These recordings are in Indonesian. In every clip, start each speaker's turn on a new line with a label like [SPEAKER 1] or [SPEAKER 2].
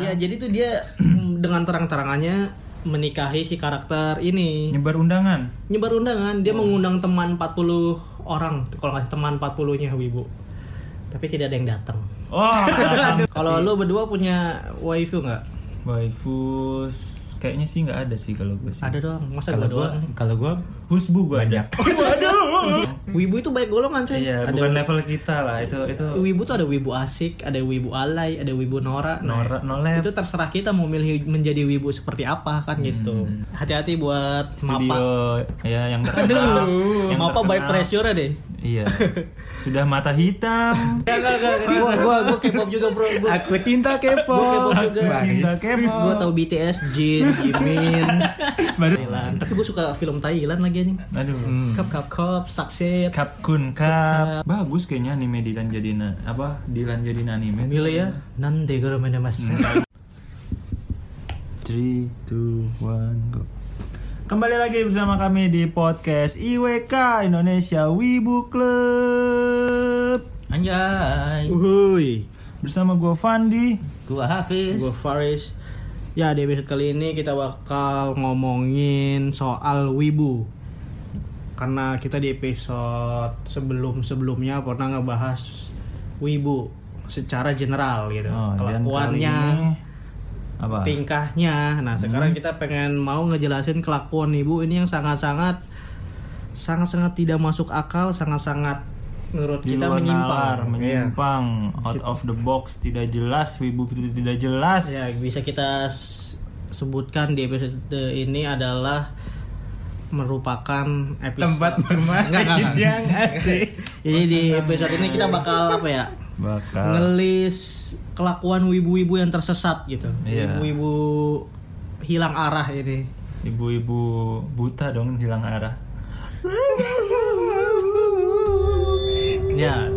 [SPEAKER 1] Nah.
[SPEAKER 2] Iya, jadi tuh dia dengan terang-terangannya menikahi si karakter ini.
[SPEAKER 3] nyebar undangan
[SPEAKER 2] Nyebar undangan, dia mengundang teman 40 orang. Tuh, Kalau ngasih teman 40-nya Wibu. Tapi tidak ada yang datang.
[SPEAKER 3] oh
[SPEAKER 2] Kalau lu berdua punya waifu nggak?
[SPEAKER 3] waifus kayaknya sih nggak ada sih kalau gue sih
[SPEAKER 2] Ada doang. Masa
[SPEAKER 1] kalau
[SPEAKER 2] gua
[SPEAKER 1] gua
[SPEAKER 2] doang?
[SPEAKER 1] kalau gua
[SPEAKER 3] husbu gue
[SPEAKER 1] banyak
[SPEAKER 3] ada waduh
[SPEAKER 2] Wibu itu banyak golongan, coy.
[SPEAKER 3] iya
[SPEAKER 2] ada
[SPEAKER 3] bukan level kita lah itu itu
[SPEAKER 2] Wibu tuh ada wibu asik, ada wibu alay, ada wibu norak. Nah,
[SPEAKER 3] norak nolep
[SPEAKER 2] itu terserah kita mau milih menjadi wibu seperti apa kan gitu.
[SPEAKER 1] Hmm.
[SPEAKER 2] Hati-hati buat
[SPEAKER 3] studio
[SPEAKER 2] mapa.
[SPEAKER 3] ya yang terkenal yang
[SPEAKER 2] mapa by
[SPEAKER 3] terkenal.
[SPEAKER 2] pressure deh.
[SPEAKER 3] iya sudah mata hitam
[SPEAKER 2] Gak, gak, gak. Gua, gua, gua K-pop juga bro. Gua,
[SPEAKER 1] aku cinta kepo
[SPEAKER 2] gua K-pop juga.
[SPEAKER 3] cinta
[SPEAKER 2] Gua
[SPEAKER 3] kemo
[SPEAKER 2] tahu BTS, Jin, Jimin,
[SPEAKER 3] baru
[SPEAKER 2] Thailand. Tapi gua suka film Thailand lagi anjing.
[SPEAKER 3] aduh
[SPEAKER 2] Cup, cup, cup, succeed.
[SPEAKER 3] Cup Kun Cup bagus kayaknya anime Dilan jadiin apa Dilan jadiin anime
[SPEAKER 2] Milih ya. Nande garo mene mas.
[SPEAKER 3] 3, 2, 1, go Kembali lagi bersama kami di podcast IWK Indonesia Wibu Club
[SPEAKER 2] Anjay.
[SPEAKER 1] uhuy
[SPEAKER 3] Bersama gue Fandi
[SPEAKER 2] Gua Hafiz. Gua Faris. Ya di episode kali ini kita bakal ngomongin soal wibu. Karena kita di episode sebelum-sebelumnya pernah ngebahas wibu secara general gitu.
[SPEAKER 3] Oh, dan
[SPEAKER 2] Kelakuannya,
[SPEAKER 3] kali ini Hmm. Apa?
[SPEAKER 2] tingkahnya. Nah, sekarang kita pengen mau ngejelasin kelakuan ibu ini yang sangat-sangat sangat-sangat tidak masuk akal, sangat-sangat menurut
[SPEAKER 3] Di
[SPEAKER 2] kita
[SPEAKER 3] luar nalar,
[SPEAKER 2] menyimpang. Iya.
[SPEAKER 3] menyimpang, out of the box, tidak jelas, wibu itu tidak jelas.
[SPEAKER 2] Ya, bisa kita s- sebutkan di episode ini adalah merupakan episode
[SPEAKER 1] tempat bermain
[SPEAKER 2] Enggak, enggak, enggak.
[SPEAKER 1] yang asik
[SPEAKER 2] Jadi di episode ini kita bakal apa ya?
[SPEAKER 3] Bakal
[SPEAKER 2] Ngelis kelakuan wibu-wibu yang tersesat gitu.
[SPEAKER 3] Iya.
[SPEAKER 2] Wibu-wibu hilang arah ini.
[SPEAKER 3] ibu-ibu buta dong hilang arah.
[SPEAKER 2] Ya.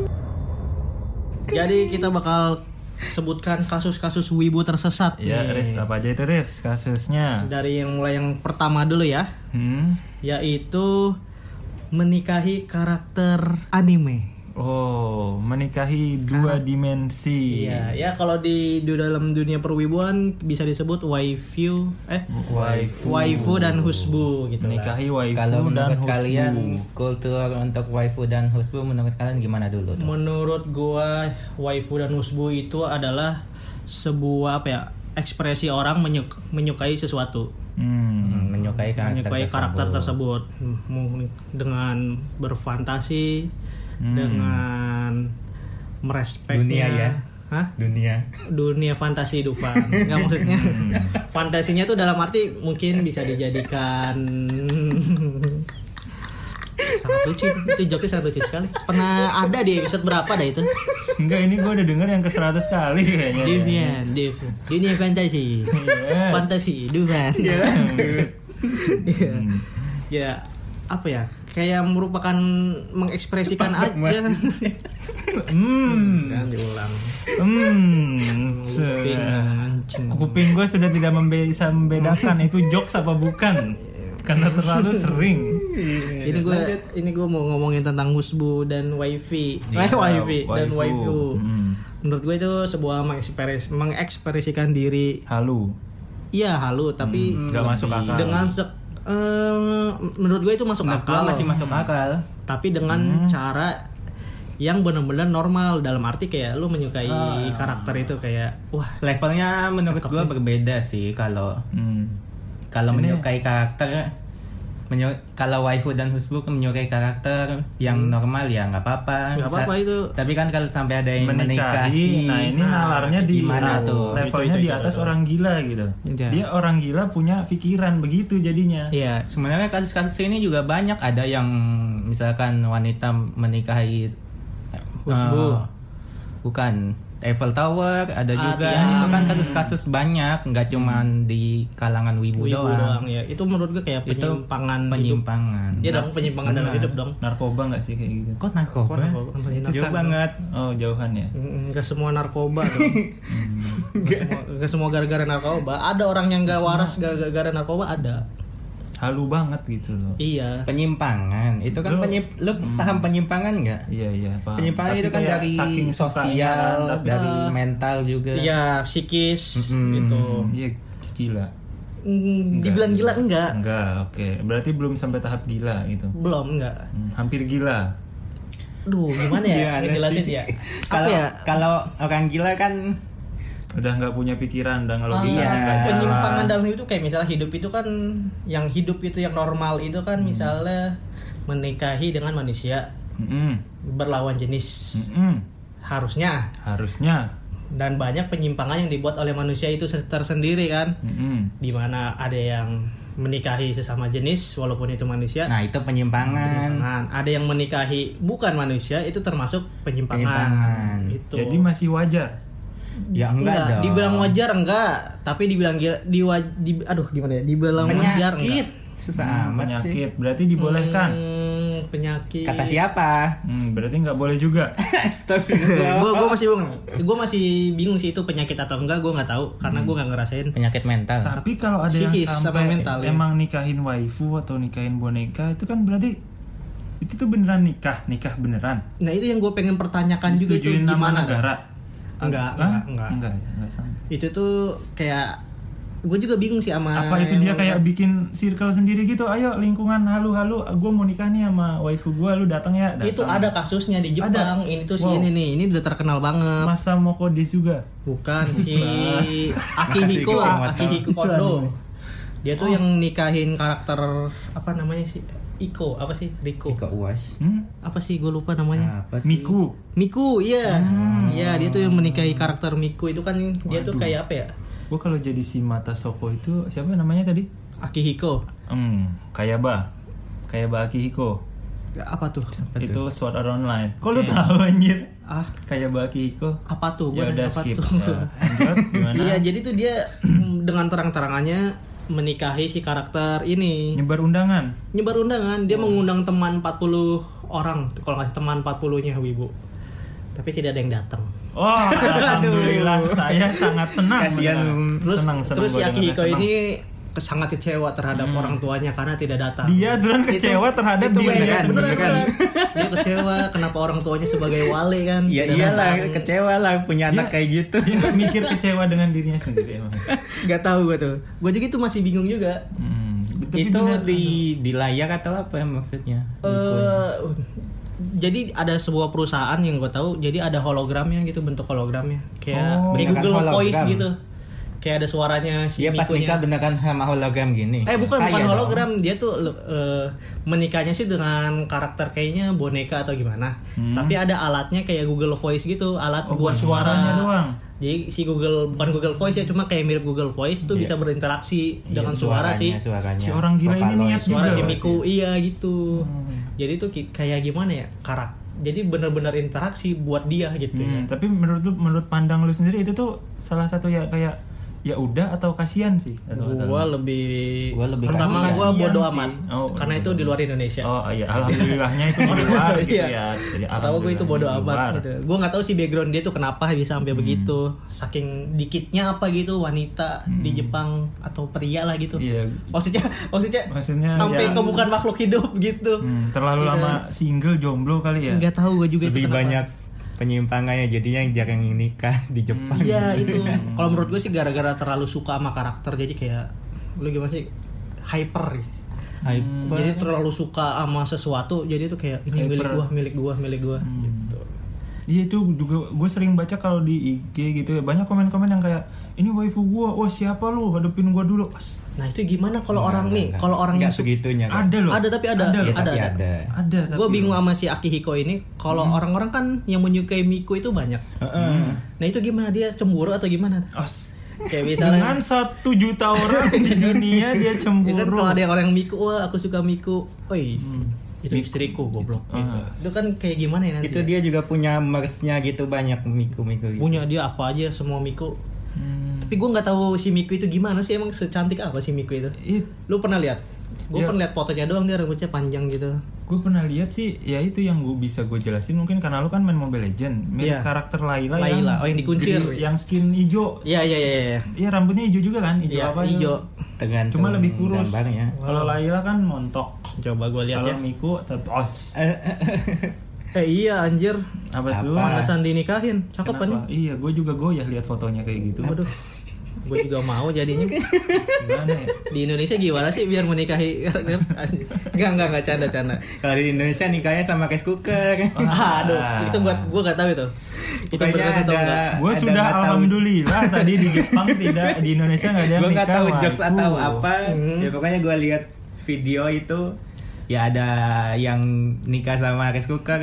[SPEAKER 2] Jadi kita bakal sebutkan kasus-kasus wibu tersesat
[SPEAKER 3] Ya, Riz, apa aja itu Riz kasusnya?
[SPEAKER 2] dari yang mulai yang pertama dulu ya,
[SPEAKER 3] Hmm?
[SPEAKER 2] yaitu menikahi karakter anime.
[SPEAKER 3] Oh, menikahi dua dimensi.
[SPEAKER 2] Iya, ya kalau di, di dalam dunia perwibuan bisa disebut waifu, eh
[SPEAKER 3] Waifu.
[SPEAKER 2] waifu dan husbu gitu. lah.
[SPEAKER 3] Menikahi waifu dan
[SPEAKER 1] kalau menurut
[SPEAKER 3] husbu.
[SPEAKER 1] kalian kultur untuk waifu dan husbu menurut kalian gimana dulu tuh
[SPEAKER 2] Menurut gua waifu dan husbu itu adalah sebuah apa ya? ekspresi orang menyuk- menyukai sesuatu,
[SPEAKER 3] Hmm.
[SPEAKER 1] Hmm, menyukai karakter
[SPEAKER 2] menyukai
[SPEAKER 1] tersebut.
[SPEAKER 2] karakter tersebut Mung- dengan berfantasi, dengan merespeknya.
[SPEAKER 1] Hmm. Dunia ya?
[SPEAKER 2] Hah?
[SPEAKER 1] dunia Hmm.
[SPEAKER 2] dunia fantasi Dufan nggak maksudnya fantasinya tuh dalam arti mungkin bisa dijadikan sangat lucu itu jokesnya sangat lucu sekali pernah ada di episode berapa dah itu
[SPEAKER 3] Enggak, ini gue udah denger yang ke 100 kali kayaknya.
[SPEAKER 2] dunia Div. dunia fantasi
[SPEAKER 3] Iya.
[SPEAKER 2] fantasi Dufan ya ya apa ya kayak merupakan mengekspresikan aja
[SPEAKER 3] Hmm.
[SPEAKER 2] kan diulang
[SPEAKER 3] Hmm. Se-
[SPEAKER 2] anjing
[SPEAKER 3] Kuping gue sudah tidak membe- bisa membedakan itu jokes apa bukan. Karena terlalu sering.
[SPEAKER 2] ini gue ini gue mau ngomongin tentang husbu dan wifi Eh, wifi dan waifu
[SPEAKER 3] Hmm.
[SPEAKER 2] menurut gue itu sebuah mengekspres mengekspresikan diri
[SPEAKER 3] Halu.
[SPEAKER 2] iya halu tapi
[SPEAKER 3] Nggak masuk akal.
[SPEAKER 2] dengan se- eh, menurut gue itu masuk
[SPEAKER 1] Menurut gua
[SPEAKER 2] akal
[SPEAKER 1] masih masuk akal
[SPEAKER 2] tapi
[SPEAKER 1] Hmm.
[SPEAKER 2] dengan cara yang benar-benar normal dalam arti kayak lu menyukai
[SPEAKER 1] Ah.
[SPEAKER 2] karakter itu kayak wah
[SPEAKER 1] levelnya menurut gua berbeda sih kalau
[SPEAKER 3] Hmm.
[SPEAKER 1] kalau menyukai karakter menyu- kalau waifu dan husbu menyukai karakter yang normal ya nggak apa-apa
[SPEAKER 2] nggak
[SPEAKER 1] Sa-
[SPEAKER 2] apa-apa itu
[SPEAKER 1] tapi kan kalau sampai ada yang
[SPEAKER 3] menikahi.
[SPEAKER 1] menikahi
[SPEAKER 3] Nah, ini nalarnya di
[SPEAKER 1] gimana
[SPEAKER 3] nah,
[SPEAKER 1] tuh?
[SPEAKER 3] Levelnya di atas orang gila gitu.
[SPEAKER 2] Iya.
[SPEAKER 3] Dia orang gila punya pikiran begitu jadinya.
[SPEAKER 2] iya
[SPEAKER 1] sebenarnya kasus-kasus ini juga banyak ada yang misalkan wanita menikahi
[SPEAKER 2] Husbu.
[SPEAKER 1] eh, bukan Eiffel Tower ada juga itu kan kasus-kasus banyak nggak cuman di kalangan wibu,
[SPEAKER 2] Hmm. wibu
[SPEAKER 1] doang,
[SPEAKER 2] doang ya itu menurut gue kayak
[SPEAKER 1] Itu
[SPEAKER 2] penyimpangan hidup
[SPEAKER 1] penyimpangan
[SPEAKER 2] ya dong penyimpangan dalam hidup dong
[SPEAKER 3] Narkoba nggak sih kayak gitu?
[SPEAKER 1] kok narkoba jauh banget
[SPEAKER 3] Oh jauhan ya.
[SPEAKER 2] Enggak semua narkoba dong. Nggak semua- nggak semua gara-gara narkoba. Ada orang yang gak waras gara-gara narkoba ada.
[SPEAKER 3] halu banget gitu loh
[SPEAKER 2] Iya.
[SPEAKER 1] penyimpangan itu kan
[SPEAKER 3] Lu-
[SPEAKER 1] penyimp lu
[SPEAKER 2] Hmm.
[SPEAKER 1] paham penyimpangan nggak
[SPEAKER 3] iya iya
[SPEAKER 2] Ah,
[SPEAKER 3] paham
[SPEAKER 1] penyimpangan
[SPEAKER 3] Tapi
[SPEAKER 1] itu kan
[SPEAKER 3] kayak
[SPEAKER 1] dari
[SPEAKER 3] saking sukanya kan,
[SPEAKER 1] sosial
[SPEAKER 3] tapi-
[SPEAKER 1] dari mental juga
[SPEAKER 2] Iya, psikis
[SPEAKER 1] Mm-mm.
[SPEAKER 2] gitu.
[SPEAKER 3] iya gila
[SPEAKER 2] Mm, Dibilang gila enggak?
[SPEAKER 3] enggak oke berarti belum sampai tahap gila gitu
[SPEAKER 2] Belum enggak.
[SPEAKER 3] Hmm, hampir gila
[SPEAKER 2] Duh, gimana ya?
[SPEAKER 1] Gimana
[SPEAKER 2] Ngejelasin
[SPEAKER 1] Iya, sih?
[SPEAKER 2] ya. Apa
[SPEAKER 1] kalau
[SPEAKER 2] ya?
[SPEAKER 1] kalau orang gila kan
[SPEAKER 3] udah nggak punya pikiran udah nggak
[SPEAKER 2] Oh,
[SPEAKER 3] logika
[SPEAKER 1] Iya.
[SPEAKER 3] nggak jalan.
[SPEAKER 2] penyimpangan dalam hidup kayak misalnya hidup itu kan yang hidup itu yang normal itu kan
[SPEAKER 1] Hmm.
[SPEAKER 2] misalnya menikahi dengan manusia
[SPEAKER 3] Mm-mm,
[SPEAKER 2] berlawan jenis
[SPEAKER 3] mm-mm.
[SPEAKER 2] harusnya
[SPEAKER 3] harusnya
[SPEAKER 2] dan banyak penyimpangan yang dibuat oleh manusia itu se- tersendiri kan
[SPEAKER 3] Mm-mm.
[SPEAKER 2] dimana ada yang menikahi sesama jenis walaupun itu manusia
[SPEAKER 1] nah itu penyimpangan
[SPEAKER 2] Penyimpangan. ada yang menikahi bukan manusia itu termasuk
[SPEAKER 1] Penyimpangan.
[SPEAKER 2] penyimpangan, Itu.
[SPEAKER 3] jadi masih wajar
[SPEAKER 1] ya enggak,
[SPEAKER 2] Enggak,
[SPEAKER 1] dong
[SPEAKER 2] Iya, dibilang wajar enggak tapi dibilang gila diwa, di, aduh gimana ya dibilang wajar
[SPEAKER 1] penyakit
[SPEAKER 2] enggak
[SPEAKER 1] susah amat sih
[SPEAKER 3] penyakit berarti dibolehkan
[SPEAKER 2] Hmm, penyakit
[SPEAKER 1] kata siapa
[SPEAKER 3] Hmm, berarti nggak boleh juga
[SPEAKER 2] gue
[SPEAKER 1] Astagfirullah.
[SPEAKER 2] masih bingung gue masih bingung sih itu penyakit atau enggak gue nggak tahu karena gue nggak ngerasain
[SPEAKER 1] penyakit mental
[SPEAKER 3] tapi kalau ada yang
[SPEAKER 2] Psikis sama
[SPEAKER 3] sampai
[SPEAKER 2] mental, ya.
[SPEAKER 3] emang nikahin waifu atau nikahin boneka itu kan berarti itu tuh beneran nikah nikah beneran
[SPEAKER 2] nah itu yang gue pengen pertanyakan Kan juga itu
[SPEAKER 3] Disetujuin nama
[SPEAKER 2] gimana
[SPEAKER 3] negara
[SPEAKER 2] Enggak, enggak,
[SPEAKER 3] Hah?
[SPEAKER 2] enggak.
[SPEAKER 3] enggak ya, enggak sama.
[SPEAKER 2] itu tuh kayak gue juga bingung sih sama
[SPEAKER 3] apa itu dia
[SPEAKER 2] yang-
[SPEAKER 3] kayak bikin circle sendiri gitu ayo lingkungan halu-halu gue mau nikah nih sama waifu gue lu datang ya datang.
[SPEAKER 2] Nah, itu ada kasusnya di Jepang ini tuh si
[SPEAKER 3] Wow.
[SPEAKER 2] ini nih ini udah terkenal banget
[SPEAKER 3] masa mau kodes juga
[SPEAKER 2] bukan si Akihiko
[SPEAKER 1] Makasih, gua
[SPEAKER 2] Akihiko
[SPEAKER 3] tahu.
[SPEAKER 2] Kondo dia
[SPEAKER 3] Oh.
[SPEAKER 2] tuh yang nikahin karakter apa namanya sih Iko apa sih Riko
[SPEAKER 1] Iko Nah, Uwas
[SPEAKER 3] hmm?
[SPEAKER 2] apa sih gue lupa namanya
[SPEAKER 1] apa sih
[SPEAKER 3] Miku
[SPEAKER 2] Miku iya iya dia tuh yang menikahi karakter Miku itu kan dia tuh kayak apa ya
[SPEAKER 3] gue kalau jadi si mata soko itu siapa namanya tadi
[SPEAKER 2] Akihiko
[SPEAKER 3] hmm Kayaba Kayaba Akihiko
[SPEAKER 2] apa tuh
[SPEAKER 3] itu Sword Art Online kok lu tahu anjir
[SPEAKER 2] ah
[SPEAKER 3] Kayaba Akihiko
[SPEAKER 2] apa tuh
[SPEAKER 3] ya
[SPEAKER 2] gue
[SPEAKER 3] udah
[SPEAKER 2] apa
[SPEAKER 3] skip
[SPEAKER 2] tuh
[SPEAKER 3] Ya, lanjut, gimana
[SPEAKER 2] iya jadi tuh dia mm, dengan terang-terangannya menikahi si karakter ini
[SPEAKER 3] nyebar undangan
[SPEAKER 2] nyebar undangan dia mengundang teman 40 orang kalau nggak salah teman 40 nya Wibu tapi tidak ada yang datang
[SPEAKER 3] Oh, alhamdulillah saya sangat senang.
[SPEAKER 1] Kasihan.
[SPEAKER 3] mendengar.
[SPEAKER 2] terus
[SPEAKER 3] senang, senang
[SPEAKER 2] terus si
[SPEAKER 3] gua dengarnya,
[SPEAKER 2] Akihiko
[SPEAKER 3] senang.
[SPEAKER 2] ini ke- sangat kecewa terhadap orang tuanya karena tidak datang
[SPEAKER 3] dia turun kecewa terhadap kan?
[SPEAKER 1] itu
[SPEAKER 3] dirinya
[SPEAKER 1] beneran,
[SPEAKER 3] sendiri.
[SPEAKER 2] Beneran, beneran. dia kecewa kenapa orang tuanya sebagai wale kan
[SPEAKER 3] Iya,
[SPEAKER 1] ya
[SPEAKER 2] tidak
[SPEAKER 1] iyalah
[SPEAKER 2] datang.
[SPEAKER 1] kecewa lah punya anak
[SPEAKER 2] Iya.
[SPEAKER 1] kayak gitu
[SPEAKER 3] Dia nggak mikir kecewa dengan dirinya sendiri emang.
[SPEAKER 2] nggak tahu gue tuh gue juga itu masih bingung juga
[SPEAKER 3] Hmm, tapi
[SPEAKER 1] itu
[SPEAKER 3] bener-
[SPEAKER 1] di di layar atau apa ya maksudnya
[SPEAKER 2] eh jadi ada sebuah perusahaan yang gue tahu jadi ada hologramnya gitu bentuk hologramnya kayak
[SPEAKER 3] Oh.
[SPEAKER 2] di
[SPEAKER 1] Beneran
[SPEAKER 2] Google
[SPEAKER 1] hologram.
[SPEAKER 2] Voice gitu kayak ada suaranya si
[SPEAKER 1] dia pas
[SPEAKER 2] Mikunya.
[SPEAKER 1] nikah beneran sama hologram gini
[SPEAKER 2] eh bukan
[SPEAKER 1] Kaya
[SPEAKER 2] bukan
[SPEAKER 1] dong.
[SPEAKER 2] hologram dia tuh eh, menikahnya sih dengan karakter kayaknya boneka atau gimana tapi ada alatnya kayak Google Voice gitu alat
[SPEAKER 3] Hmm. Oh,
[SPEAKER 2] buat
[SPEAKER 3] buat
[SPEAKER 2] suara Hmm.
[SPEAKER 3] suaranya doang.
[SPEAKER 2] jadi si Google bukan Google Voice ya cuma kayak mirip Google Voice
[SPEAKER 3] Iya.
[SPEAKER 2] tuh bisa berinteraksi
[SPEAKER 1] Iya,
[SPEAKER 2] dengan suara
[SPEAKER 1] suaranya,
[SPEAKER 2] sih
[SPEAKER 1] suaranya.
[SPEAKER 3] Si orang gila ini
[SPEAKER 1] Vocaloid.
[SPEAKER 3] niat juga.
[SPEAKER 2] suara si
[SPEAKER 3] Berarti Hmm.
[SPEAKER 2] Miku iya gitu jadi tuh ki- kayak gimana ya karak jadi benar-benar interaksi buat dia gitu ya.
[SPEAKER 3] Hmm, tapi menurut lu, menurut pandang lu sendiri itu tuh salah satu ya kayak ya udah atau kasihan sih atau, atau-
[SPEAKER 2] gua lebih,
[SPEAKER 1] Gua lebih
[SPEAKER 2] pertama
[SPEAKER 3] kasihan.
[SPEAKER 2] gua bodo
[SPEAKER 3] Kasihan
[SPEAKER 2] amat
[SPEAKER 3] sih. Oh,
[SPEAKER 2] karena itu di luar Indonesia
[SPEAKER 3] Oh iya alhamdulillahnya itu di luar gitu
[SPEAKER 2] Iya.
[SPEAKER 3] ya. Jadi
[SPEAKER 2] Tahu gue itu
[SPEAKER 3] alhamdulillahnya
[SPEAKER 2] bodo
[SPEAKER 3] di luar. Hmm.
[SPEAKER 2] amat gitu. Gue nggak tahu sih background dia tuh kenapa bisa sampai begitu. Saking dikitnya apa gitu wanita di Jepang atau pria lah gitu.
[SPEAKER 3] Hmm. Iya.
[SPEAKER 2] Maksudnya maksudnya
[SPEAKER 3] Maksudnya
[SPEAKER 2] sampai
[SPEAKER 3] ya-
[SPEAKER 2] ke bukan makhluk hidup gitu.
[SPEAKER 3] Hmm, terlalu lama single jomblo kali ya.
[SPEAKER 2] Nggak tahu gue juga itu
[SPEAKER 1] lebih
[SPEAKER 2] kenapa.
[SPEAKER 1] banyak penyimpangannya jadinya jarang nikah di Jepang
[SPEAKER 2] Iya itu. Kalau menurut gue sih gara-gara terlalu suka sama karakter jadi kayak lu gimana sih hyper.
[SPEAKER 1] Hyper.
[SPEAKER 2] Jadi terlalu suka sama sesuatu jadi itu kayak ini milik gua, milik gua, milik gua
[SPEAKER 1] Hmm.
[SPEAKER 2] gitu.
[SPEAKER 3] Iya itu juga gue sering baca kalau di IG gitu ya banyak komen-komen yang kayak ini waifu gue, oh siapa lu hadepin gue dulu. As-
[SPEAKER 2] Nah, itu gimana kalau orang nih, kalau orang
[SPEAKER 1] nggak
[SPEAKER 2] yang suka
[SPEAKER 1] segitunya kan.
[SPEAKER 3] ada loh,
[SPEAKER 2] ada tapi ada, ada,
[SPEAKER 1] Ya,
[SPEAKER 2] ada.
[SPEAKER 1] tapi ada Hmm.
[SPEAKER 3] ada. tapi-
[SPEAKER 2] Gue bingung sama si Akihiko ini. Kalau orang-orang kan yang menyukai Miku itu banyak. Nah itu gimana dia cemburu atau gimana?
[SPEAKER 3] As,
[SPEAKER 2] Kayak misalnya-
[SPEAKER 3] dengan satu juta orang di dunia dia
[SPEAKER 2] Ya kan
[SPEAKER 3] cemburu.
[SPEAKER 2] kalau ada yang orang yang Miku, wah aku suka Miku. Oi,
[SPEAKER 1] Hmm.
[SPEAKER 2] itu istriku goblok. Gitu. Itu kan kayak gimana ya nanti?
[SPEAKER 1] Ah. itu
[SPEAKER 2] ya?
[SPEAKER 1] dia juga punya mersnya gitu banyak miku-miku gitu.
[SPEAKER 2] punya dia apa aja semua Miku.
[SPEAKER 3] Hmm.
[SPEAKER 2] Tapi gue nggak tahu si Miku itu gimana sih emang secantik apa si Miku itu? Lu pernah lihat? Gue
[SPEAKER 3] Iya.
[SPEAKER 2] pernah lihat fotonya doang dia rambutnya panjang gitu.
[SPEAKER 3] gue pernah lihat sih ya itu yang gue bisa gue jelasin mungkin karena lu kan main Mobile Legend, main
[SPEAKER 2] Iya.
[SPEAKER 3] karakter Laila,
[SPEAKER 2] Layla,
[SPEAKER 3] yang
[SPEAKER 2] oh, yang dikuncir.
[SPEAKER 3] gri- yang skin hijau.
[SPEAKER 2] Iya iya iya. iya.
[SPEAKER 3] Iya rambutnya hijau juga kan, hijau
[SPEAKER 2] Iya,
[SPEAKER 3] apa?
[SPEAKER 2] hijau.
[SPEAKER 3] itu?
[SPEAKER 1] tergantung
[SPEAKER 3] Cuma lebih kurus.
[SPEAKER 1] gambarnya.
[SPEAKER 3] Kalau Laila kan montok.
[SPEAKER 2] Coba gue lihat
[SPEAKER 3] Kalau
[SPEAKER 2] ya.
[SPEAKER 3] Miku tepos.
[SPEAKER 2] Eh iya anjir.
[SPEAKER 3] Apa
[SPEAKER 1] Apa?
[SPEAKER 3] tuh?
[SPEAKER 2] Pantesan dinikahin. Cakep kan?
[SPEAKER 3] Kenapa? Iya, gue juga goyah lihat fotonya kayak gitu. Waduh,
[SPEAKER 2] Gue juga mau jadinya.
[SPEAKER 3] gimana ya?
[SPEAKER 2] Di Indonesia gimana sih biar menikahi? Enggak enggak enggak canda canda.
[SPEAKER 1] Kalau di Indonesia nikahnya sama rice cooker.
[SPEAKER 3] Oh.
[SPEAKER 2] Aduh, itu buat gue gak tahu itu. Itu
[SPEAKER 1] Pokoknya
[SPEAKER 2] benar atau
[SPEAKER 1] ada-
[SPEAKER 2] enggak?
[SPEAKER 3] Gue
[SPEAKER 1] Ada
[SPEAKER 3] sudah
[SPEAKER 1] nggak tahu.
[SPEAKER 3] alhamdulillah tadi di Jepang tidak di Indonesia nggak ada yang
[SPEAKER 1] gue
[SPEAKER 3] nikah. Hmm.
[SPEAKER 1] nggak tahu jokes
[SPEAKER 3] waduh.
[SPEAKER 1] atau apa ya pokoknya gue lihat video itu ya ada yang nikah sama rice cooker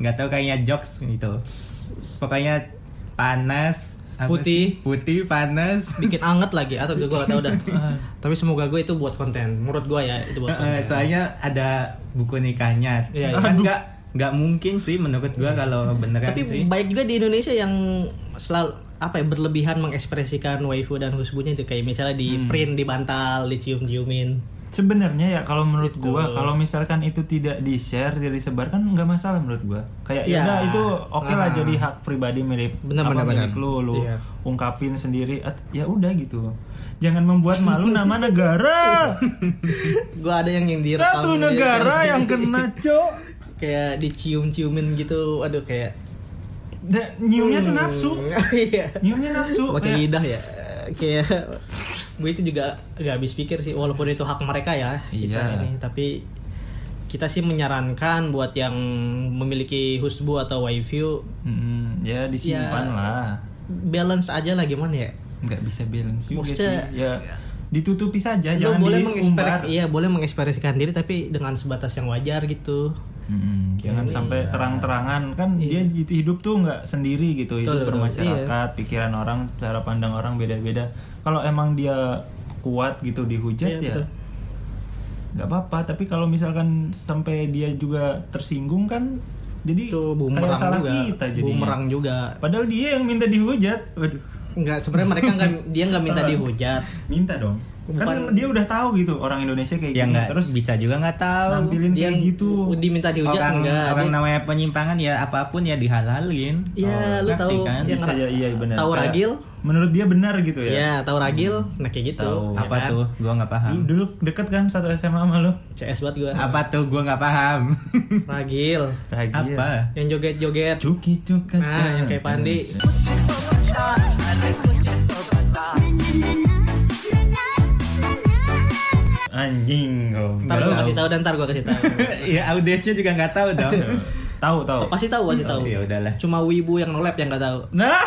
[SPEAKER 1] nggak tahu kayaknya jokes gitu pokoknya panas apa
[SPEAKER 2] Putih.
[SPEAKER 1] sih? putih panas
[SPEAKER 2] Bikin anget lagi atau gue gak tahu dah. Tapi semoga gue itu buat konten. Menurut gue ya itu buat konten.
[SPEAKER 1] Eh, soalnya ada buku nikahnya
[SPEAKER 2] Iya, iya.
[SPEAKER 1] kan nggak nggak mungkin sih menurut gue kalau beneran
[SPEAKER 2] Tapi
[SPEAKER 1] sih
[SPEAKER 2] baik juga di Indonesia yang selalu apa ya berlebihan mengekspresikan waifu dan husbunya itu kayak misalnya di print di bantal dicium-ciumin.
[SPEAKER 3] Sebenarnya ya kalau menurut
[SPEAKER 1] Gitu.
[SPEAKER 3] gua kalau misalkan itu tidak di share, tidak disebarkan nggak masalah menurut gua. Kayak ya
[SPEAKER 2] Iya.
[SPEAKER 3] udah, itu oke lah
[SPEAKER 1] Ah.
[SPEAKER 3] jadi hak pribadi milik
[SPEAKER 2] Benar,
[SPEAKER 3] apa,
[SPEAKER 2] benar,
[SPEAKER 3] milik
[SPEAKER 2] benar.
[SPEAKER 3] lu lu
[SPEAKER 2] Iya.
[SPEAKER 3] ungkapin sendiri. At- Ya udah gitu. Jangan membuat malu nama negara.
[SPEAKER 2] Gua ada yang yang direkam
[SPEAKER 3] Satu
[SPEAKER 2] di-
[SPEAKER 3] negara yang kena, Cok.
[SPEAKER 2] kayak dicium-ciumin gitu. Aduh kayak
[SPEAKER 3] Da- nyiumnya tuh nafsu.
[SPEAKER 1] Hmm.
[SPEAKER 2] iya.
[SPEAKER 3] Nyiumnya nafsu.
[SPEAKER 2] Pakai
[SPEAKER 3] kayak-
[SPEAKER 2] lidah ya. Kayak gue itu juga gak habis pikir sih walaupun itu hak mereka ya kita
[SPEAKER 3] Iya.
[SPEAKER 2] ini tapi kita sih menyarankan buat yang memiliki husbu atau waifu
[SPEAKER 3] Mm, ya disimpan
[SPEAKER 1] Iya.
[SPEAKER 2] Ya.
[SPEAKER 3] lah.
[SPEAKER 2] balance aja lah gimana ya
[SPEAKER 3] Nggak bisa balance juga
[SPEAKER 2] Maksudnya-
[SPEAKER 3] sih. Ya ditutupi saja
[SPEAKER 2] lo
[SPEAKER 3] Ya, jangan
[SPEAKER 2] boleh
[SPEAKER 3] diumbar.
[SPEAKER 2] mengeksper iya boleh mengekspresikan diri tapi dengan sebatas yang wajar gitu
[SPEAKER 3] Mm, jangan
[SPEAKER 2] Iya.
[SPEAKER 3] sampai terang-terangan kan dia gitu hidup tuh nggak sendiri gitu hidup
[SPEAKER 2] Betul, Iya. betul.
[SPEAKER 3] bermasyarakat pikiran orang cara pandang orang beda-beda kalau emang dia kuat gitu
[SPEAKER 2] Iya,
[SPEAKER 3] dihujat ya
[SPEAKER 2] betul.
[SPEAKER 3] nggak apa-apa tapi kalau misalkan sampai dia juga tersinggung kan jadi
[SPEAKER 2] itu
[SPEAKER 3] kayak
[SPEAKER 2] bumerang
[SPEAKER 3] salah
[SPEAKER 2] juga
[SPEAKER 3] kita jadinya
[SPEAKER 2] bumerang juga
[SPEAKER 3] padahal dia yang minta dihujat waduh
[SPEAKER 2] nggak sebenarnya mereka nggak dia nggak minta dihujat
[SPEAKER 3] minta dong kan dia udah tahu gitu orang Indonesia kayak
[SPEAKER 1] ya
[SPEAKER 3] gini
[SPEAKER 1] nggak
[SPEAKER 3] terus
[SPEAKER 1] bisa juga nggak tahu
[SPEAKER 3] nampilin
[SPEAKER 2] dia
[SPEAKER 3] kayak gitu
[SPEAKER 2] diminta dihujat
[SPEAKER 1] orang
[SPEAKER 2] enggak
[SPEAKER 1] orang
[SPEAKER 2] Dia-
[SPEAKER 1] namanya penyimpangan ya apapun ya dihalalin
[SPEAKER 2] Iya, lu
[SPEAKER 1] ngerti
[SPEAKER 2] tahu
[SPEAKER 1] kan?
[SPEAKER 2] yang
[SPEAKER 3] bisa ya iya benar
[SPEAKER 2] tahu
[SPEAKER 3] Kayak
[SPEAKER 2] ragil?
[SPEAKER 3] menurut dia benar gitu ya
[SPEAKER 2] ya tahu ragil nah kayak gitu ya
[SPEAKER 1] apa
[SPEAKER 2] kan?
[SPEAKER 1] tuh gua nggak paham
[SPEAKER 3] Dulu, dulu deket kan satu SMA sama lu?
[SPEAKER 2] CS buat gue
[SPEAKER 1] apa tuh gua nggak paham
[SPEAKER 2] ragil
[SPEAKER 1] apa
[SPEAKER 2] yang joget joget
[SPEAKER 3] Cuki cuka
[SPEAKER 2] nah yang kayak pandi
[SPEAKER 3] Anjing goblok.
[SPEAKER 2] ntar gue kasih tahu dan ntar gue kasih tahu
[SPEAKER 1] ya audiensnya juga nggak tahu dong
[SPEAKER 3] Tahu tahu
[SPEAKER 2] pasti tahu pasti Iya. tahu
[SPEAKER 1] ya udahlah
[SPEAKER 2] cuma wibu yang nolep yang nggak tahu
[SPEAKER 3] Nah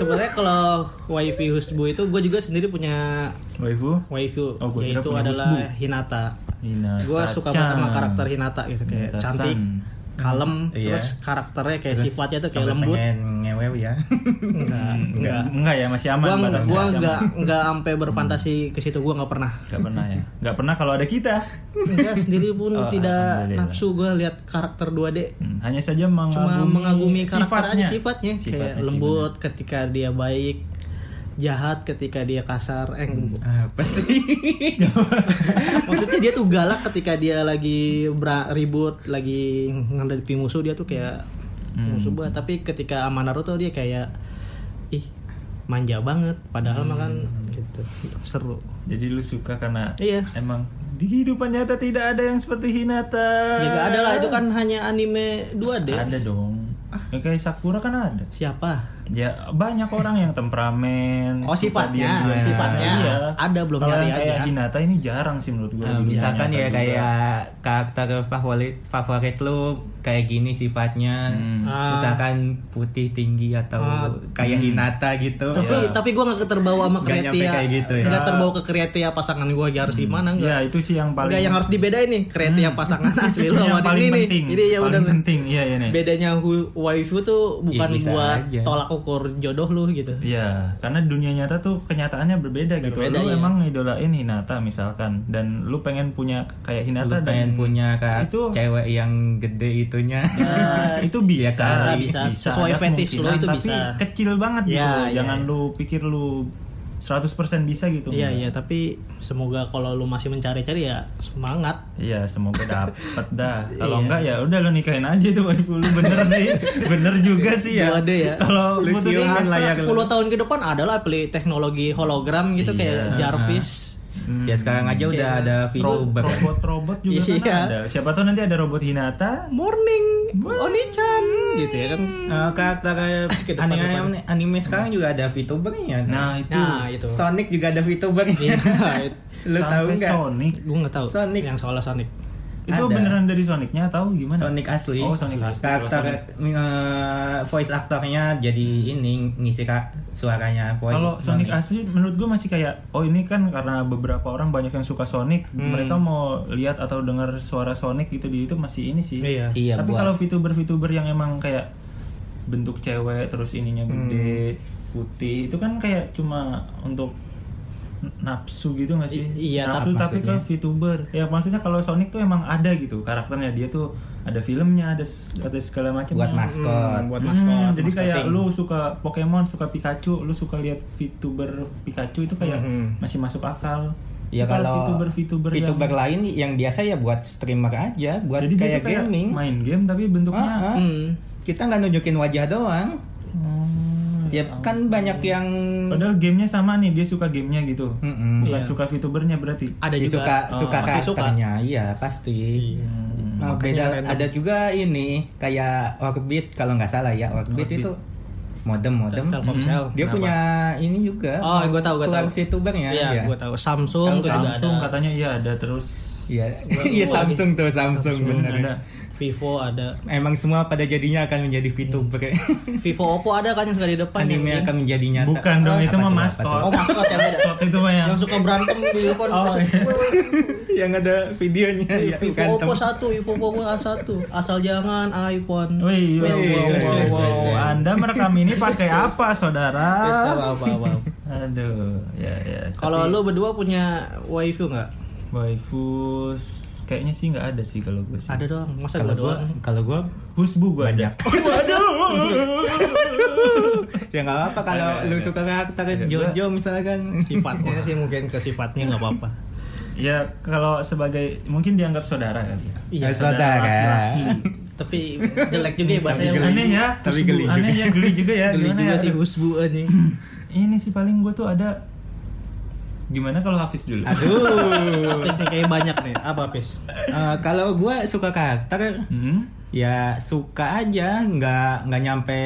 [SPEAKER 2] sebenarnya kalau waifu husbu itu gue juga sendiri punya
[SPEAKER 3] Waifu
[SPEAKER 2] waifu
[SPEAKER 3] Oh, gua kira
[SPEAKER 2] yaitu
[SPEAKER 3] punya
[SPEAKER 2] adalah Hinata
[SPEAKER 3] Hinata
[SPEAKER 2] gue suka banget sama
[SPEAKER 3] chan.
[SPEAKER 2] karakter Hinata gitu kayak
[SPEAKER 3] Hinata-san.
[SPEAKER 2] cantik kalem
[SPEAKER 3] Hmm,
[SPEAKER 1] Iya.
[SPEAKER 2] terus karakternya kayak sifatnya tuh kayak
[SPEAKER 1] Sampai
[SPEAKER 2] lembut
[SPEAKER 1] pengen ngewew ya
[SPEAKER 2] enggak enggak
[SPEAKER 3] Enggak ya masih aman
[SPEAKER 2] gue gua
[SPEAKER 3] batasnya masih aman.
[SPEAKER 2] enggak enggak sampai berfantasi ke situ gue nggak pernah
[SPEAKER 3] Nggak pernah ya Enggak pernah kalau ada kita
[SPEAKER 2] enggak sendiri pun
[SPEAKER 3] Oh,
[SPEAKER 2] tidak
[SPEAKER 3] alhamdulillah.
[SPEAKER 2] nafsu gue lihat karakter 2D
[SPEAKER 3] Hmm, Hanya saja mengagumi,
[SPEAKER 2] cuma mengagumi karakter
[SPEAKER 3] sifatnya.
[SPEAKER 2] aja sifatnya, kayak
[SPEAKER 3] Sifatnya sih,
[SPEAKER 2] lembut ketika dia baik jahat ketika dia kasar eh
[SPEAKER 3] Hmm,
[SPEAKER 1] apa sih
[SPEAKER 2] maksudnya dia tuh galak ketika dia lagi bera- ribut lagi ngadepi musuh dia tuh kayak
[SPEAKER 3] Hmm.
[SPEAKER 2] musuh banget tapi ketika sama Naruto dia kayak ih manja banget padahal mah kan
[SPEAKER 3] Hmm.
[SPEAKER 2] gitu seru
[SPEAKER 3] Jadi lu suka karena
[SPEAKER 2] iya
[SPEAKER 3] Emang di kehidupan nyata tidak ada yang seperti Hinata.
[SPEAKER 2] ya gak ada lah itu kan hanya anime 2D
[SPEAKER 3] Ada dong.
[SPEAKER 2] Ah.
[SPEAKER 3] Ya, kayak Sakura kan ada.
[SPEAKER 2] siapa
[SPEAKER 3] Ya banyak orang yang temperamen.
[SPEAKER 2] Oh,
[SPEAKER 3] suka
[SPEAKER 2] sifatnya,
[SPEAKER 3] diam-diam.
[SPEAKER 2] sifatnya.
[SPEAKER 3] Iya.
[SPEAKER 2] Ada, belum
[SPEAKER 3] Kalau
[SPEAKER 2] cari
[SPEAKER 3] yang kayak
[SPEAKER 2] aja. Ah,
[SPEAKER 3] Hinata ini jarang sih menurut gue.
[SPEAKER 1] Nah,
[SPEAKER 3] Iya,
[SPEAKER 1] misalkan ya kayak karakter favorit favorit lu kayak gini sifatnya
[SPEAKER 3] Hmm.
[SPEAKER 2] Ah.
[SPEAKER 1] misalkan putih tinggi atau
[SPEAKER 3] Hmm.
[SPEAKER 1] kayak Hinata gitu
[SPEAKER 2] tapi tapi gue gak terbawa sama
[SPEAKER 1] Nggak nyampe
[SPEAKER 2] kreatia
[SPEAKER 1] kayak gitu ya. Iya,
[SPEAKER 2] nggak terbawa ke kreatia pasangan gue harus gimana enggak
[SPEAKER 3] Ya itu sih yang paling.
[SPEAKER 2] Enggak yang harus dibedain nih
[SPEAKER 1] Hmm.
[SPEAKER 2] kreatia pasangan asli lo
[SPEAKER 3] yang
[SPEAKER 2] sama
[SPEAKER 3] paling
[SPEAKER 2] ini nih.
[SPEAKER 3] penting.
[SPEAKER 2] Ini ya
[SPEAKER 3] paling
[SPEAKER 2] udah
[SPEAKER 3] penting. Iya iya nih.
[SPEAKER 2] bedanya hu- waifu tuh bukan
[SPEAKER 1] Ya, bisa
[SPEAKER 2] buat
[SPEAKER 1] aja.
[SPEAKER 2] tolak ukur jodoh lu gitu.
[SPEAKER 3] Iya, karena dunia nyata tuh kenyataannya berbeda, gitu.
[SPEAKER 2] Berbeda,
[SPEAKER 3] Lu
[SPEAKER 2] iya.
[SPEAKER 3] emang idolain Hinata misalkan dan lu pengen punya kayak
[SPEAKER 1] lu
[SPEAKER 3] Hinata dan
[SPEAKER 1] pengen punya kak
[SPEAKER 3] itu- Ya.
[SPEAKER 1] cewek yang gede itunya
[SPEAKER 2] Eh,
[SPEAKER 3] itu bisa,
[SPEAKER 2] kan sih? Bisa. Sesuai
[SPEAKER 3] ada
[SPEAKER 2] fetish lo
[SPEAKER 3] kemungkinan,
[SPEAKER 2] itu
[SPEAKER 3] tapi
[SPEAKER 2] bisa.
[SPEAKER 3] kecil banget
[SPEAKER 2] Ya,
[SPEAKER 3] gitu
[SPEAKER 2] ya,
[SPEAKER 3] jangan lu pikir lu 100% bisa gitu.
[SPEAKER 2] Iya iya tapi semoga kalau lu masih mencari-cari ya semangat.
[SPEAKER 3] Iya, semoga dapet dah.
[SPEAKER 2] Iya.
[SPEAKER 3] Kalau enggak ya udah lo nikahin aja tuh waifu lu bener sih. Bener juga sih ya.
[SPEAKER 2] Dua deh ya.
[SPEAKER 3] Kalau
[SPEAKER 1] Lu
[SPEAKER 3] putusin
[SPEAKER 1] ciuman lah ya.
[SPEAKER 2] 10 tahun ke depan adalah pilih teknologi hologram
[SPEAKER 1] Iya,
[SPEAKER 2] gitu
[SPEAKER 1] nah.
[SPEAKER 2] kayak Jarvis.
[SPEAKER 1] Ya sekarang aja
[SPEAKER 3] Hmm.
[SPEAKER 1] udah ada video
[SPEAKER 3] ro-
[SPEAKER 1] Uber.
[SPEAKER 3] robot-robot juga kan
[SPEAKER 2] Iya.
[SPEAKER 3] ada. Siapa tahu nanti ada robot Hinata.
[SPEAKER 2] Morning Oni-chan gitu ya kan.
[SPEAKER 1] Eh, karakter eh, anime, anime, anime sekarang juga ada VTubernya.
[SPEAKER 3] Nah, itu. Iya.
[SPEAKER 2] Nah, itu. Iya.
[SPEAKER 1] Sonic juga ada VTubernya. Lu tahu
[SPEAKER 3] sampai
[SPEAKER 1] nggak?
[SPEAKER 3] Sonic.
[SPEAKER 2] gue nggak tahu
[SPEAKER 1] Sonic.
[SPEAKER 2] yang soal Sonic
[SPEAKER 3] Itu
[SPEAKER 1] Ada.
[SPEAKER 3] beneran dari Sonicnya atau gimana?
[SPEAKER 1] Sonic asli.
[SPEAKER 3] Oh, Sonic asli.
[SPEAKER 1] Karakter
[SPEAKER 3] Kalau
[SPEAKER 1] eh, voice aktornya jadi ini ngisi kak suaranya voice.
[SPEAKER 3] Kalau Sonic asli menurut gue masih kayak oh ini kan karena beberapa orang banyak yang suka Sonic,
[SPEAKER 1] Hmm.
[SPEAKER 3] mereka mau lihat atau dengar suara Sonic gitu di YouTube masih ini sih.
[SPEAKER 2] Iya.
[SPEAKER 1] Iya,
[SPEAKER 3] Tapi
[SPEAKER 1] buat.
[SPEAKER 3] kalau VTuber-VTuber yang emang kayak bentuk cewek terus ininya
[SPEAKER 1] Hmm.
[SPEAKER 3] gede, putih itu kan kayak cuma untuk n- nafsu gitu gak sih?
[SPEAKER 2] I- iya,
[SPEAKER 3] nafsu
[SPEAKER 2] tak-
[SPEAKER 3] tapi ke VTuber. Ya maksudnya kalau Sonic tuh emang ada gitu karakternya dia tuh ada filmnya, ada s- ada segala macam
[SPEAKER 1] buat maskot.
[SPEAKER 2] buat
[SPEAKER 3] Hmm, jadi kayak lu suka Pokemon, suka Pikachu, lu suka lihat VTuber Pikachu itu kayak
[SPEAKER 2] Hmm,
[SPEAKER 3] masih masuk akal.
[SPEAKER 2] Iya,
[SPEAKER 1] Ya
[SPEAKER 3] Tapi
[SPEAKER 1] kalau
[SPEAKER 3] VTuber VTuber yang
[SPEAKER 1] VTuber lain yang biasa ya buat streamer aja, buat
[SPEAKER 3] jadi dia
[SPEAKER 1] kayak
[SPEAKER 3] tuh kayak hmm.
[SPEAKER 1] gaming.
[SPEAKER 3] main game tapi bentuknya
[SPEAKER 1] Ah, ah. Kita nggak nunjukin wajah doang.
[SPEAKER 3] Hmm,
[SPEAKER 1] Ya kan banyak yang
[SPEAKER 3] padahal gamenya sama nih, dia suka gamenya gitu.
[SPEAKER 2] Hmm,
[SPEAKER 1] Mm-mm.
[SPEAKER 2] iya.
[SPEAKER 3] Bukan suka VTubernya berarti.
[SPEAKER 2] ada
[SPEAKER 1] Si
[SPEAKER 2] juga Oh,
[SPEAKER 1] suka suka
[SPEAKER 2] pasti suka.
[SPEAKER 1] karakternya, iya pasti. Oh, beda ada juga ini kayak Orbit kalau nggak salah ya Orbit, itu modem modem. Hmm.
[SPEAKER 2] Telkomsel
[SPEAKER 1] Dia punya ini juga.
[SPEAKER 2] Oh, gua tahu, gua
[SPEAKER 1] keluar
[SPEAKER 2] tahu.
[SPEAKER 1] VTubernya
[SPEAKER 2] iya
[SPEAKER 1] ya.
[SPEAKER 2] gue tahu Samsung itu juga ada
[SPEAKER 3] Samsung katanya iya ada terus
[SPEAKER 1] Iya, iya Samsung tuh Samsung, bener.
[SPEAKER 3] ada.
[SPEAKER 2] Vivo ada
[SPEAKER 1] Emang semua pada jadinya akan menjadi
[SPEAKER 2] Iya.
[SPEAKER 1] VTuber.
[SPEAKER 2] Vivo Oppo ada kan yang sekali di depan yang,
[SPEAKER 1] Anime
[SPEAKER 2] yang,
[SPEAKER 1] akan menjadi nyata.
[SPEAKER 3] Bukan dong
[SPEAKER 1] Oh,
[SPEAKER 3] itu mah
[SPEAKER 1] apa tuh, apa
[SPEAKER 3] maskot.
[SPEAKER 2] Oh, maskot yang beda.
[SPEAKER 3] Maskot itu mah yang
[SPEAKER 2] yang suka berantem di depan
[SPEAKER 3] Oh, iya.
[SPEAKER 1] tuh? yang ada videonya ya,
[SPEAKER 2] Iya, Vivo
[SPEAKER 1] berantem.
[SPEAKER 2] Oppo satu Vivo Oppo A 1 asal jangan iPhone
[SPEAKER 3] Wih,
[SPEAKER 2] Wes,
[SPEAKER 3] wih,
[SPEAKER 2] wes,
[SPEAKER 3] wih,
[SPEAKER 2] wes,
[SPEAKER 3] wih,
[SPEAKER 2] wes,
[SPEAKER 3] wih.
[SPEAKER 2] wes, wes.
[SPEAKER 3] Anda merekam ini pakai apa, saudara?
[SPEAKER 2] Wes, apa, apa, apa.
[SPEAKER 3] Aduh, ya ya.
[SPEAKER 2] kalau lu berdua punya waifu nggak
[SPEAKER 3] Waifu kayaknya sih nggak ada sih kalau gue sih.
[SPEAKER 2] ada doang masa gue doang
[SPEAKER 1] Kalau gua
[SPEAKER 3] Husbu gue ada.
[SPEAKER 1] ya nggak apa-apa kalau lu suka karakter Jojo misalkan.
[SPEAKER 2] sifatnya sih mungkin ke sifatnya nggak apa-apa
[SPEAKER 3] Ya kalau sebagai mungkin dianggap saudara kan.
[SPEAKER 1] Iya, saudara.
[SPEAKER 2] tapi jelek juga ya bahasanya
[SPEAKER 3] Aneh ya,
[SPEAKER 1] Tapi
[SPEAKER 3] husbu.
[SPEAKER 1] geli juga.
[SPEAKER 3] Aneh ya, geli juga ya.
[SPEAKER 2] Geli
[SPEAKER 3] Gimana
[SPEAKER 2] juga
[SPEAKER 3] ya?
[SPEAKER 2] sih
[SPEAKER 3] Aduh.
[SPEAKER 2] usbu anjing.
[SPEAKER 3] Ini sih paling gue tuh ada. Gimana kalau Hafiz dulu?
[SPEAKER 1] Aduh.
[SPEAKER 2] Apis nih kayak banyak nih. Apa apis?
[SPEAKER 1] Eh, kalau gua suka karakter
[SPEAKER 3] Hmm?
[SPEAKER 1] ya suka aja nggak nggak nyampe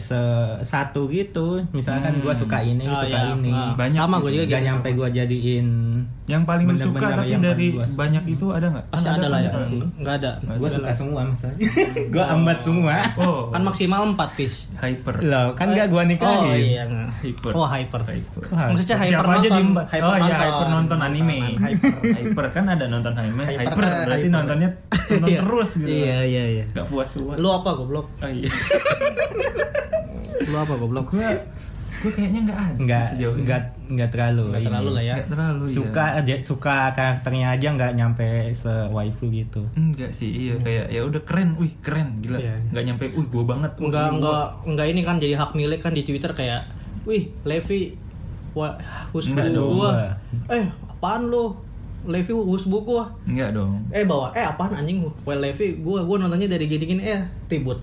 [SPEAKER 1] se satu gitu misalkan gua suka ini
[SPEAKER 2] Oh,
[SPEAKER 1] suka
[SPEAKER 2] iya.
[SPEAKER 1] ini
[SPEAKER 2] Ah,
[SPEAKER 3] Banyak
[SPEAKER 2] Sama gue
[SPEAKER 3] tuh.
[SPEAKER 2] juga
[SPEAKER 1] nggak
[SPEAKER 2] gitu.
[SPEAKER 1] nyampe gua jadiin
[SPEAKER 3] Yang paling lu
[SPEAKER 1] Bener-bener
[SPEAKER 3] suka tapi
[SPEAKER 1] yang paling
[SPEAKER 3] dari
[SPEAKER 1] gua suka.
[SPEAKER 3] banyak itu ada nggak? Kan
[SPEAKER 2] Pasti ada lah
[SPEAKER 3] kan
[SPEAKER 2] ya.
[SPEAKER 3] kalau-
[SPEAKER 2] Enggak ada.
[SPEAKER 1] gua suka semua misalnya gua ambat semua
[SPEAKER 3] Oh,
[SPEAKER 2] Kan maksimal 4 pis.
[SPEAKER 3] hyper.
[SPEAKER 1] loh kan nggak gua nikahin
[SPEAKER 2] Oh iya. nggak.
[SPEAKER 3] Hyper.
[SPEAKER 2] Oh hyper.
[SPEAKER 3] Hyper.
[SPEAKER 2] Maksudnya hyper
[SPEAKER 3] Siapa aja
[SPEAKER 2] nonton.
[SPEAKER 3] diembat?
[SPEAKER 2] Hyper
[SPEAKER 3] oh iya,
[SPEAKER 2] nonton.
[SPEAKER 3] hyper nonton anime.
[SPEAKER 2] Hyper.
[SPEAKER 3] hyper kan ada nonton anime. Hyper,
[SPEAKER 2] Hyper kan
[SPEAKER 3] berarti
[SPEAKER 2] hyper.
[SPEAKER 3] nontonnya nonton
[SPEAKER 2] Iya.
[SPEAKER 3] terus gitu.
[SPEAKER 2] Iya iya iya.
[SPEAKER 3] Gak puas puas.
[SPEAKER 2] Lu apa goblok?
[SPEAKER 3] Oh, iya.
[SPEAKER 2] Lu apa goblok?
[SPEAKER 3] gue gue kayaknya nggak ada
[SPEAKER 1] nggak
[SPEAKER 3] sih sejauh ini.
[SPEAKER 1] nggak nggak
[SPEAKER 2] Nggak
[SPEAKER 1] terlalu ini. iya.
[SPEAKER 2] terlalu lah ya.
[SPEAKER 3] Nggak terlalu ya.
[SPEAKER 1] suka aja suka karakternya aja nggak nyampe se waifu gitu
[SPEAKER 3] Enggak sih, iya kayak ya udah keren, wih keren gila.
[SPEAKER 2] Hmm. Iya.
[SPEAKER 3] Enggak nyampe, wih gue banget. Wih,
[SPEAKER 2] Enggak
[SPEAKER 3] gua-
[SPEAKER 2] enggak enggak ini kan jadi hak milik kan di Twitter kayak, "Wih, Levi wah husbu
[SPEAKER 3] Enggak dong.
[SPEAKER 2] gua." Eh, apaan lu? Levi husbu gua.
[SPEAKER 3] Enggak dong.
[SPEAKER 2] eh bawa eh apaan anjing well Levi gua gua nontonnya dari gini gini eh ribut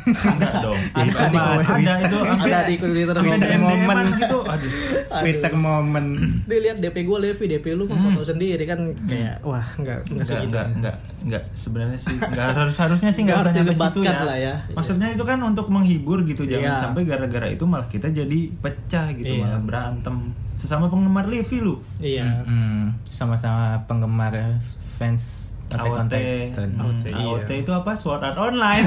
[SPEAKER 3] Ada dong.
[SPEAKER 2] Iya, Ada di komen.
[SPEAKER 3] Ada itu
[SPEAKER 2] ada di Twitter
[SPEAKER 3] Ada
[SPEAKER 2] komen.
[SPEAKER 3] yang
[SPEAKER 1] momen.
[SPEAKER 3] momen gitu. Aduh.
[SPEAKER 1] Twitter moment
[SPEAKER 2] dia lihat DP gua Levi DP lu mah foto sendiri kan kayak wah nggak nggak
[SPEAKER 3] Enggak,
[SPEAKER 2] segitu
[SPEAKER 3] enggak, enggak, enggak. Sebenarnya sih enggak harus harusnya sih
[SPEAKER 2] Enggak
[SPEAKER 3] enggak usah
[SPEAKER 2] harus
[SPEAKER 3] nyampe situ
[SPEAKER 2] didebatkan
[SPEAKER 3] ya.
[SPEAKER 2] lah ya.
[SPEAKER 3] Maksudnya itu kan untuk menghibur gitu, jangan
[SPEAKER 2] Iya.
[SPEAKER 3] sampai gara-gara itu malah kita jadi pecah gitu,
[SPEAKER 2] Iya.
[SPEAKER 3] malah berantem sesama penggemar Levi lu.
[SPEAKER 2] iya
[SPEAKER 1] Hmm, sama-sama penggemar fans Attack on
[SPEAKER 3] AOT,
[SPEAKER 1] Titan.
[SPEAKER 3] Hmm,
[SPEAKER 2] iya.
[SPEAKER 3] AOT itu apa? Sword Art Online.